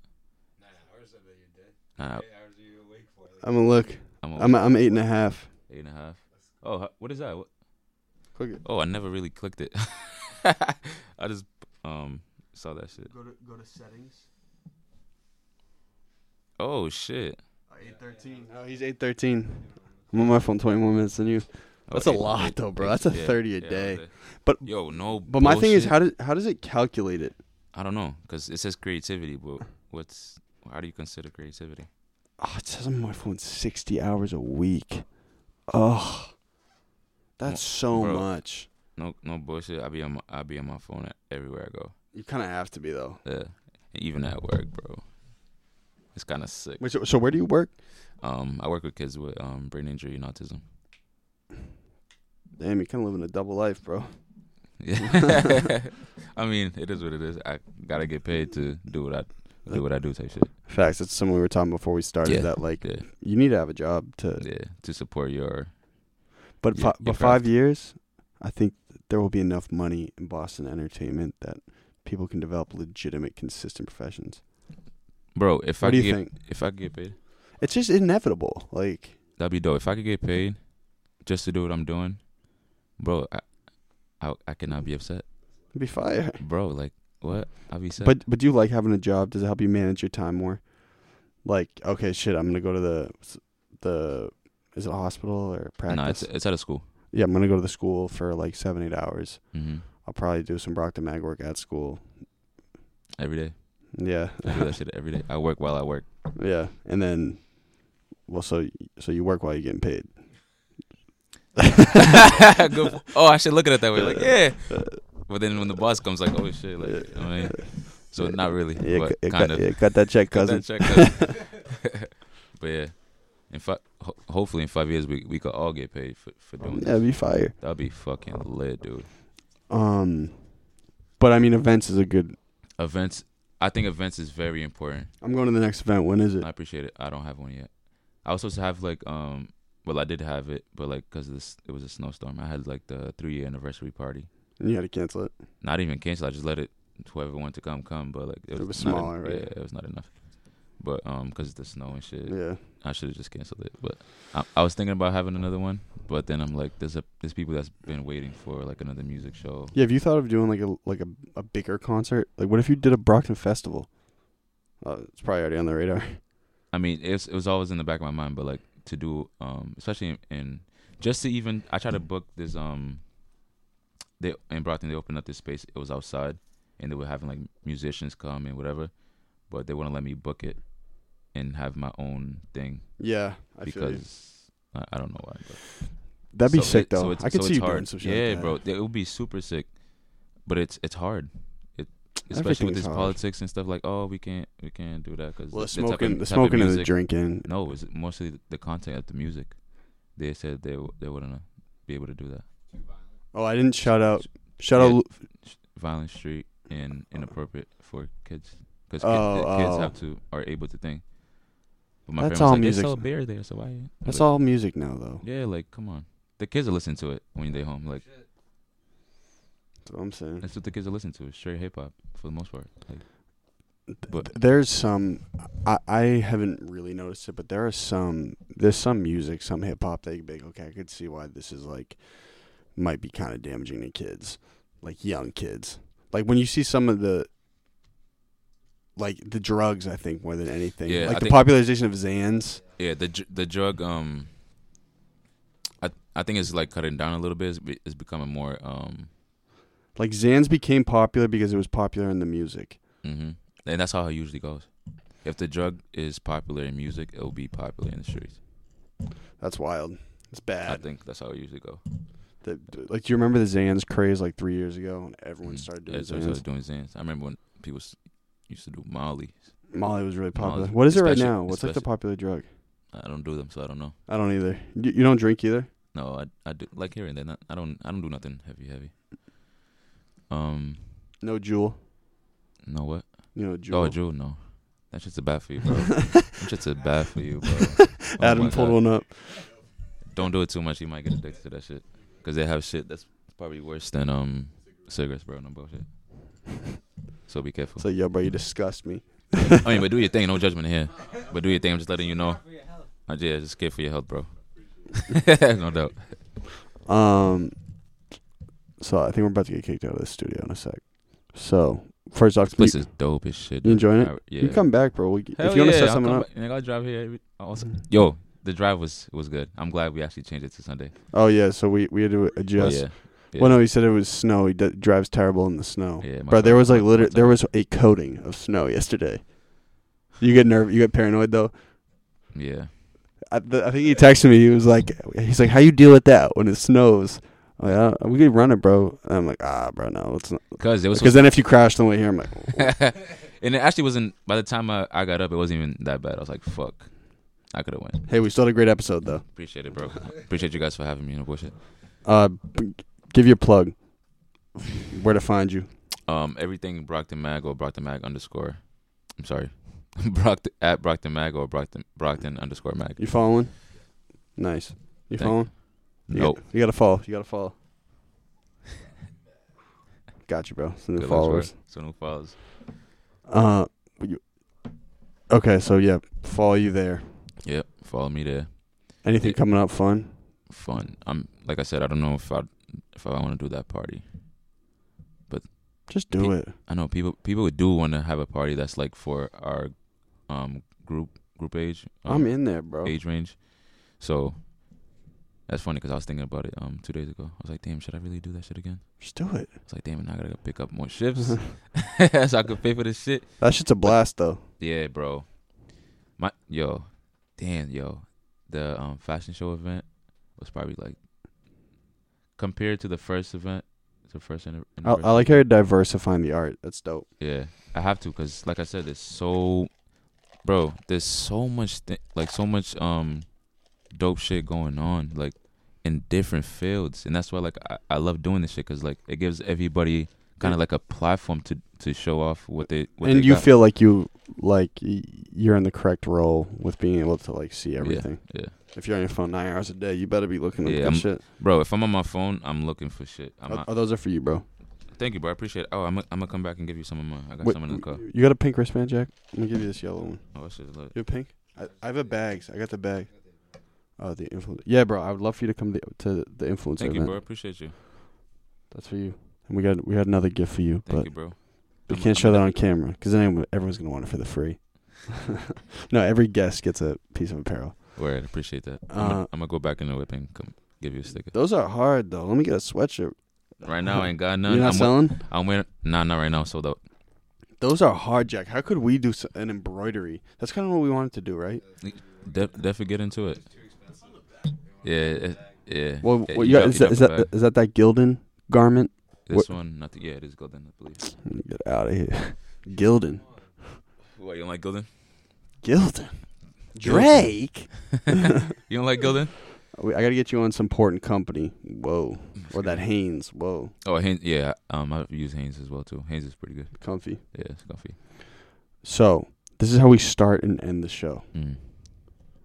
Nine hours of it, you're dead.
Nah,
Eight hours are you awake for? Like,
I'm gonna look.
I'm, a-
I'm I'm eight and a half.
eight and a half. Oh, h- what is that? What?
Click it.
Oh, I never really clicked it. I just um saw that shit.
Go to go to settings.
Oh shit.
Uh, Eight thirteen.
Oh, he's eight thirteen. I'm on my phone twenty more minutes than you.
Oh,
That's a
eight-
lot,
eight-
though, bro.
eight-
That's a
yeah,
30 a
yeah,
day.
okay.
But-
yo, no.
But my thing is,
bullshit.
how does how does it calculate it?
I don't know, cause it says creativity, but what's how do you consider creativity?
Oh, it says on my phone sixty hours a week. Oh, that's so
Bro.
much.
No, no bullshit. I be on my, I be on my phone everywhere I go.
You kind of have to be though.
Yeah, even at work, bro. It's kind of sick.
Wait, so, so where do you work?
Um, I work with kids with um brain injury and autism.
Damn, you kind of living a double life, bro.
Yeah, I mean, it is what it is. I gotta get paid to do what I do what I do type shit.
Facts. That's something we were talking before we started.
Yeah.
That like
Yeah,
you need to have a job to.
yeah, to support your
But
Yeah,
fi- but
you're
five years, I think there will be enough money in Boston entertainment that people can develop legitimate, consistent professions.
bro. If
what
I
do
could
you
get
think?
if I could get paid,
It's just inevitable. Like
That'd be dope. If I could get paid just to do what I'm doing, bro, I I, I cannot be upset,
it'd be fire.
bro. Like what? I'll be sad.
But but do you like having a job? Does it help you manage your time more? Like okay, shit, I'm gonna go to the the is it a hospital or practice?
No, it's, it's at a school.
yeah, I'm gonna go to the school for like seven eight hours.
hmm
I'll probably do some Brock to Mag work at school.
Every day.
Yeah,
I do that shit every day. I work while I work.
yeah, and then well, so so you work while you're getting paid.
Good- oh, I should look at it that way. Like, yeah. But then when the boss comes, like, oh shit. Like, you know what I mean? So not really,
Yeah,
but
cut- yeah,
kind
cut,
of.
yeah, cut that check,
Cut
cousin.
that check, cousin. but yeah, in fact, ho- hopefully in five years we we could all get paid for for doing
Yeah,
that.
it'd be fire.
That'd be fucking lit, dude.
Um, but I mean, events is a good.
Events. I think events is very important.
I'm going to the next event. When is it?
I appreciate it. I don't have one yet. I was supposed to have like um. Well, I did have it, but like because this it was a snowstorm. I had like the three year anniversary party.
And you had to cancel it.
Not even cancel. I just let it whoever wanted to come come, but like
It was
not en-
smaller, right?
Yeah, it was not enough. But um, because the snow and shit.
Yeah,
I should have just canceled it. But I, I was thinking about having another one, but then I'm like, there's a there's people that's been waiting for like another music show.
yeah. Have you thought of doing like a like a, a bigger concert? Like, what if you did a Brockton festival? Uh, it's probably already on the radar.
I mean, it was, it was always in the back of my mind, but like to do, um, especially in, in just to even, I tried to book this um, they in Brockton they opened up this space. It was outside, and they were having like musicians come and whatever, but they wouldn't let me book it and have my own thing
Yeah, I feel you.
because I, I don't know why. But.
that'd be
So
sick
it- so
though.
it's-
I could
so
see
it's
you doing
hard.
some shit.
Yeah,
like that.
bro, it would be super sick, but it's it's hard. It especially
Everything's
with this
hard.
politics and stuff. Like, oh, we can't we can't do that because
Well, the smoking, the smoking, and the drinking.
No, it's mostly the- the content of the music. They said they w- they wouldn't uh, be able to do that.
Oh, I didn't shout out. Shout out.
Yeah,
Lu-
sh- Violent street and inappropriate for kids because
Oh,
kids
oh.
have to are able to think. But my
That's
friend was
all
like,
music.
They sell beer there, so why? I'm
That's
like,
all music now, though.
Yeah, like come on, the kids are listening to it when they home. Like
That's what I'm saying.
That's what the kids are listening to. is Straight hip hop for the most part. Like,
But
But-
there's some I, I haven't really noticed it, but there are some there's some music, some hip hop that you be like, okay, I could see why this is like might be kind of damaging to kids, like young kids. Like when you see some of the like the drugs, I think more than anything,
Yeah,
like
I
the
think-
popularization of Zans.
yeah, the dr- the drug. Um, I I think it's like cutting down a little bit. It's, be- it's becoming more. Um,
Like Zans became popular because it was popular in the music.
hmm and that's how it usually goes. If the drug is popular in music, it'll be popular in the streets.
That's wild. It's
I
bad.
think that's how it usually goes.
The, like, do you remember the Zans craze like three years ago when
Mm-hmm.
everyone started doing
I
Zans?
started doing Zans. I remember when people s- used to do Molly.
Molly was really
Molly's-
popular. What is it right
especially-
now? What's like the
especially-
popular drug?
I don't do them, so I don't know.
I don't either. You, you don't drink either.
No, I I do like here and there. Not, I don't I don't do nothing heavy heavy. Um,
No Jewel.
no what?
You know Jewel.
Oh, Jewel, no. That shit's a bad for you, bro. that shit's a bad for you, bro. Oh
Adam
my
pulled
God.
one up.
Don't do it too much. You might get addicted to that shit. Because they have shit that's probably worse than um cigarettes, bro. No bullshit. So be careful.
It's like, yo, bro, you disgust me.
I mean, but do your thing. No judgment here. But do your thing. I'm just letting you know. Uh, yeah, just care for your health, bro. no doubt.
Um. So I think we're about to get kicked out of the studio in a sec. So first off,
This
you,
place is dope as shit.
you enjoying it?
I- yeah.
you come back, bro. We, if you
Hell
want to
yeah,
set
I'll
something
come
up,
back. Nigga, I'll drive here. every- oh, I also- Yo, the drive was was good. I'm glad we actually changed it to Sunday.
oh yeah. So we we had to
Oh,
adjust.
yeah. yeah.
Well, no, he said it was snow. He d- drives terrible in the snow.
Yeah, my
bro, there
fault,
was like
my- my
liter- there
fault.
was a coating of snow yesterday. You get nerve. You get paranoid though.
Yeah.
I, th- I think he texted me. He was like, he's like, how you deal with that when it snows? I'm like, I don't- we could run it, bro. And I'm like, ah, bro, no, let's not.
Because it was
Because then if you crash on the way here, I'm like,
and it actually wasn't. By the time I, I got up, it wasn't even that bad. I was like, "Fuck, I could have went."
hey, we still had a great episode though.
Appreciate it, bro. Appreciate you guys for having me. No bullshit.
Uh, b- give you a plug. Where to find you?
Um, everything Brockton Mag or Brockton Mag underscore. I'm sorry, Brockton at Brockton Mag or Brockton Brockton underscore Mag.
You following? Nice. You
Thank-
following? You
Nope.
got- you gotta follow. You gotta follow. Got you, bro. Some new
Good luck,
followers.
bro. So no followers.
Uh, you, okay, so yeah, follow you there.
Yep. Follow me there.
Anything
Yeah.
coming up fun?
Fun. I'm like I said. I don't know if I if I want to do that party.
Just do
Pe-
it.
I know people people do want to have a party that's like for our um group group age. um,
I'm in there, bro.
age range. So That's funny because I was thinking about it um two days ago. I was like, damn, should I really do that shit again?
Just do it.
I was like, damn, now I gotta go pick up more shifts so I could pay for this shit.
That shit's a blast though.
Yeah, bro. My yo, damn yo, the um fashion show event was probably like compared to the first event, the first. Anniv-
I, I like how you're diversifying the art. That's dope.
Yeah, I have to because, like I said, there's so, bro, there's so much, th- like so much, um, dope shit going on, like in different fields, and that's why, like, I, I love doing this shit because, like, it gives everybody kind of like a platform to to show off what they what
and
they
you
got.
feel like you like y- you're in the correct role with being able to like see everything.
yeah.
If you're on your phone nine hours a day, you better be looking at
Yeah,
that
I'm-
shit.
bro. If I'm on my phone, I'm looking for shit. I'm
Oh,
not,
oh, those are for you, bro.
thank you, bro. I appreciate it. Oh, I'm gonna I'm gonna come back and give you some of mine. I got
Wait,
some in the car.
You got a pink wristband, Jack? I'm gonna give you this yellow one.
Oh, that shit's lit.
You have pink? I, I have a bags. I got the bag. Oh, the influence. Yeah, bro. I would love for you to come to, to the influencer
Thank you,
event.
bro. I appreciate you.
That's for you. And we got we had another gift for you,
Thank
but
you, bro.
we
I'm-
can't
I'm
show that
gonna-
on camera because then everyone- everyone's gonna want it for the free. no, every guest gets a piece of apparel.
Word, I appreciate that. I'm,
Uh,
gonna, I'm gonna go back in the whip and come give you a sticker.
Those are hard though. Let me get a sweatshirt.
Right now, I ain't got
You're not
none. I'm, wa-
selling?
I'm waiting. Nah, not right now. Sold out.
Those are hard, Jack. How could we do s- an embroidery? That's kind of what we wanted to do, right?
De- definitely get into it. Yeah, it, yeah.
Well,
Yeah,
well
you
yeah,
drop-
is,
you
that, is,
drop it
that,
back.
is that that Gildan garment?
this one? Nothing. Yeah, it is Golden, I believe.
Get out of here, Gildan.
What you don't like Golden?
Gildan. Drake.
You don't like Golden?
We- I gotta get you on some port and company. Whoa. Or that Hanes. Whoa.
Oh, Haynes. Yeah. Um, I've used Haynes as well too. Haynes is pretty good.
Comfy.
Yeah, it's comfy.
So this is how we start and end the show.
Mm.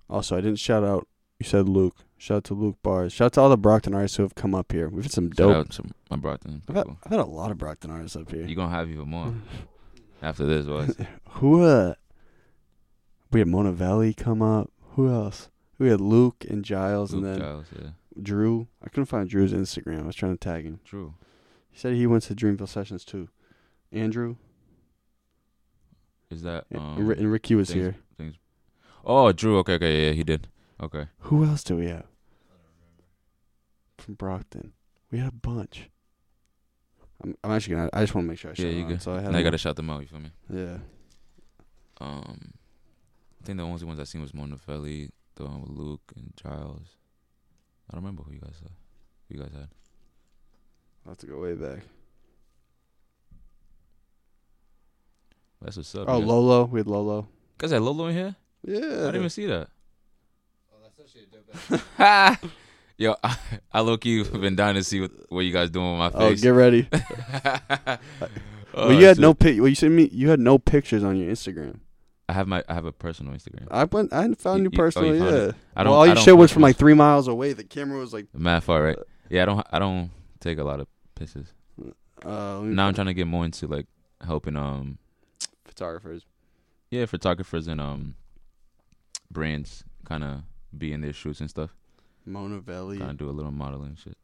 Also, I didn't shout out. You said Luke. Shout out to Luke Bars. Shout out to all the Brockton artists who have come up here. We've had some
Shout
dope.
out to my Brockton
I've had,
people.
I've had a lot of Brockton artists up here.
You gonna have even more after this, boys.
Who uh we had Mona Valley come up. Who else? We had Luke and Giles
Luke
and then
Giles. Yeah.
Drew. I couldn't find Drew's Instagram. I was trying to tag him.
True.
He said he went to Dreamville Sessions too. Andrew
Is that
and-
um?
and, Ri- and Ricky was
things-
here.
Things. Oh, Drew. Okay, okay, yeah, he did. Okay.
Who else do we have? From Brockton. We had a bunch. I'm, I'm actually gonna I just wanna make sure I show
Yeah, you
yeah,
good.
so I had
Now you
him
gotta
on.
shout them out. You feel me?
Yeah.
Um, I think the only ones I seen was Montefelli, the one with Luke and Giles. I don't remember who you guys saw. Who you guys had?
I'll have to go way back.
That's what's up.
Oh
man.
Lolo, we had Lolo.
Guys had Lolo in here. I
Yeah.
didn't even see that. Oh, that's actually dope. Yo, I, I low key been dying to see what, what you guys doing with my
Oh,
face.
get ready.
Oh,
well, you had
shit.
no pic. Well, you sent me. You had no pictures on your Instagram.
I have my. I have a personal Instagram.
I went. I hadn't found
You-
you,
you- oh, you
personally.
found
yeah.
it. I don't.
well, all
I
your
don't
shit was
post
from
much.
like three miles away. The camera was like.
Math far right. Yeah, I don't. I don't take a lot of pictures.
Uh, let me
Now I'm
find-
trying to get more into like helping. Um,
photographers.
yeah, photographers and um, brands kind of be in their shoots and stuff.
Mona Valley.
Kind of do a little modeling and shit.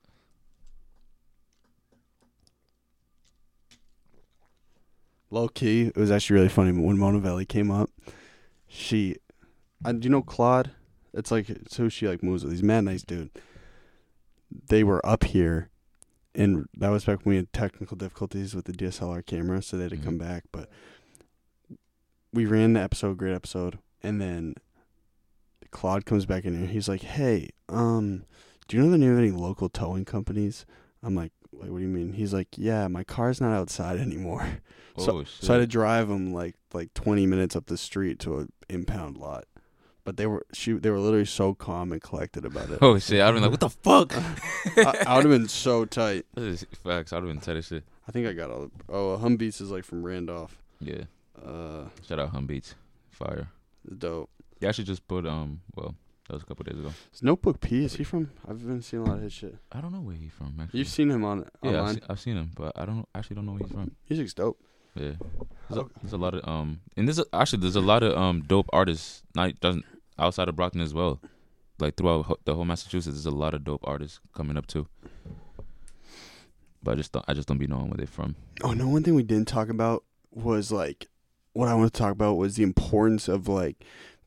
Low key, it was actually really funny when Mona Valley came up. She, I, do you know Claude? It's like it's who she like moves with. He's a mad nice dude. They were up here, and that was back when we had technical difficulties with the DSLR camera, so they had to
Mhm.
come back. But we ran the episode, great episode, and then Claude comes back in here. He's like, "Hey, um, do you know the name of any local towing companies?" I'm like, "Like, what do you mean?" He's like, "Yeah, my car's not outside anymore."
oh shit!
So I had to drive them like like 20 minutes up the street to an impound lot. But they were she they were literally so calm and collected about it.
oh shit! I'd been like, what the fuck?
I, I would have been so tight.
This is facts. I'd have been tight as shit.
I think I got all. The, oh, Humbeats is like from Randolph.
Yeah.
Uh,
Shout out Hum Beats. Fire.
dope.
Yeah, I should just put um. Well, that was a couple days ago.
Is Notebook P is he from? I've been seeing a lot of his shit.
I don't know where he's from. Actually.
You've seen him on
yeah, I've,
online.
se- I've seen him, but I don't actually don't know where he's from.
Music's dope.
Yeah. There's a, there's a lot of um, and there's a, actually there's a lot of um dope artists. Not doesn't outside of Brockton as well. Like throughout ho- the whole Massachusetts, there's a lot of dope artists coming up too. But I just don't, I just don't be knowing where they're from.
Oh no! One thing we didn't talk about was like what I want to talk about was the importance of like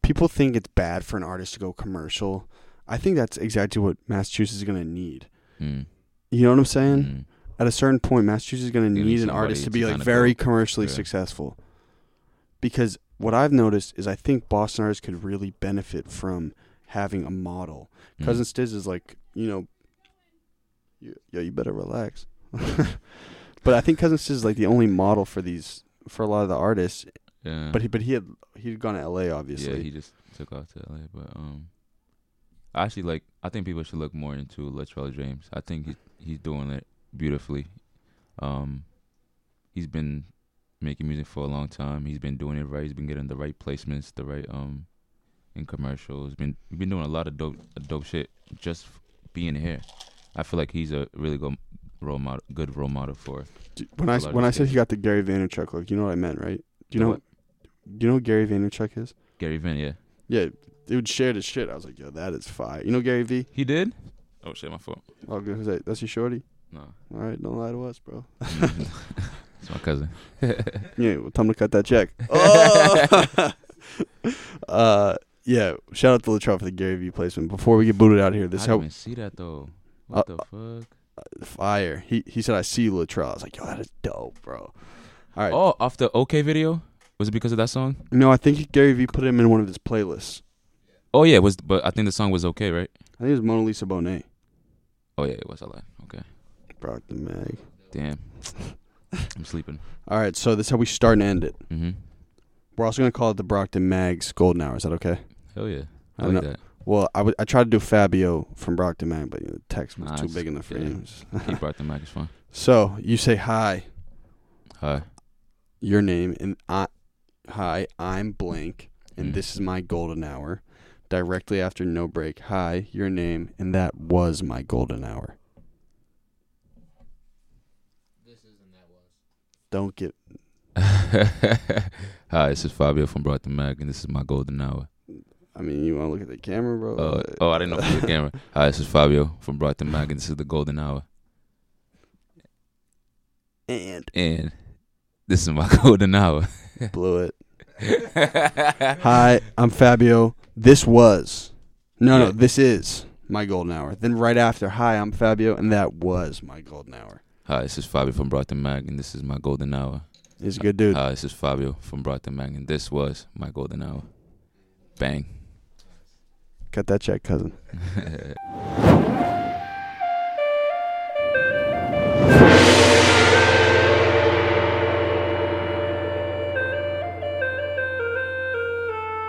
people think it's bad for an artist to go commercial. I think that's exactly what Massachusetts is going to need.
Mm.
You know what I'm saying?
Mm.
At a certain point, Massachusetts is going
They
to
need
need an
somebody
artist to
to
be like
kinda
very
build.
commercially
Yeah.
successful. Because what I've noticed is I think Boston artists could really benefit from having a model.
Mm.
Cousin Stiz is like, you know, you, yo, you better relax. but I think Cousin Stiz is like the only model for these for a lot of the artists.
Yeah.
But he but he had he'd gone to L.A. Obviously.
Mm. Yeah, he just took off to LA. But um, I actually like. I think people should look more into Latrell James. I think he he's doing it beautifully. Um, he's been making music for a long time. He's been doing it right. He's been getting the right placements, the right um, in commercials. Been he's been doing a lot of dope dope shit just f- being here. I feel like he's a really good role model, good role model for.
Dude, when I
Largest
when I said
city.
he got the Gary Vaynerchuk look, you know what I meant, right? Do you
The
know
what?
Do you know what Gary Vaynerchuk is?
Gary Vin, yeah,
Yeah, dude shared his shit. I was like, yo, that is fire. You know Gary V?
he did. Oh shit, my fault.
Oh, good. Who's that? That's your shorty.
No,
All right, don't lie to us, bro.
it's my cousin.
Yeah, well, time to cut that check. Oh! uh, yeah. Shout out to Latrell for the Gary V placement. Before we get booted out of here, this
I
is
didn't
how
even see that though. What
Uh,
the fuck?
fire. He he said, I see you, Latrell. I was like, yo, that is dope, bro. All right.
Oh, off the OK video? Was it because of that song?
No, I think Gary V put him in one of his playlists.
Oh yeah, it was. But I think the song was OK, right?
I think it was Mona Lisa Bonet.
Oh yeah, it was. I lied. Okay.
Brought the mag.
Damn. I'm sleeping.
All right, so this is how we start and end it.
hmm
We're also gonna call it the Brockton Mags Golden Hour. Is that okay?
Hell yeah. I,
I
like
know.
that.
Well, I, w- I tried to do Fabio from Brockton Mag, but you know, the text was
Nah,
too
it's-
big enough for
yeah.
him.
He brought the microphone.
so you say hi,
Hi.
your name, and I, hi, I'm blank, and
Mm.
this is my Golden Hour. Directly after no break, hi, your name, and that was my Golden Hour. Don't get
Hi, this is Fabio from Brought the Mag, and this is my golden hour.
I mean, you want to look at the camera, bro?
Uh, oh, I didn't know from the camera. Hi, this is Fabio from Brought the Mag, and this is the golden hour.
and
And this is my golden hour.
blew it. Hi, I'm Fabio. This was. No, no,
Yeah.
this is my golden hour. Then right after, hi, I'm Fabio, and that was my golden hour.
Hi, this is Fabio from Brought the Mag, and this is my golden hour.
He's a good dude.
Hi, Uh, this is Fabio from Brought the Mag, and this was my golden hour. Bang.
Cut that check, cousin.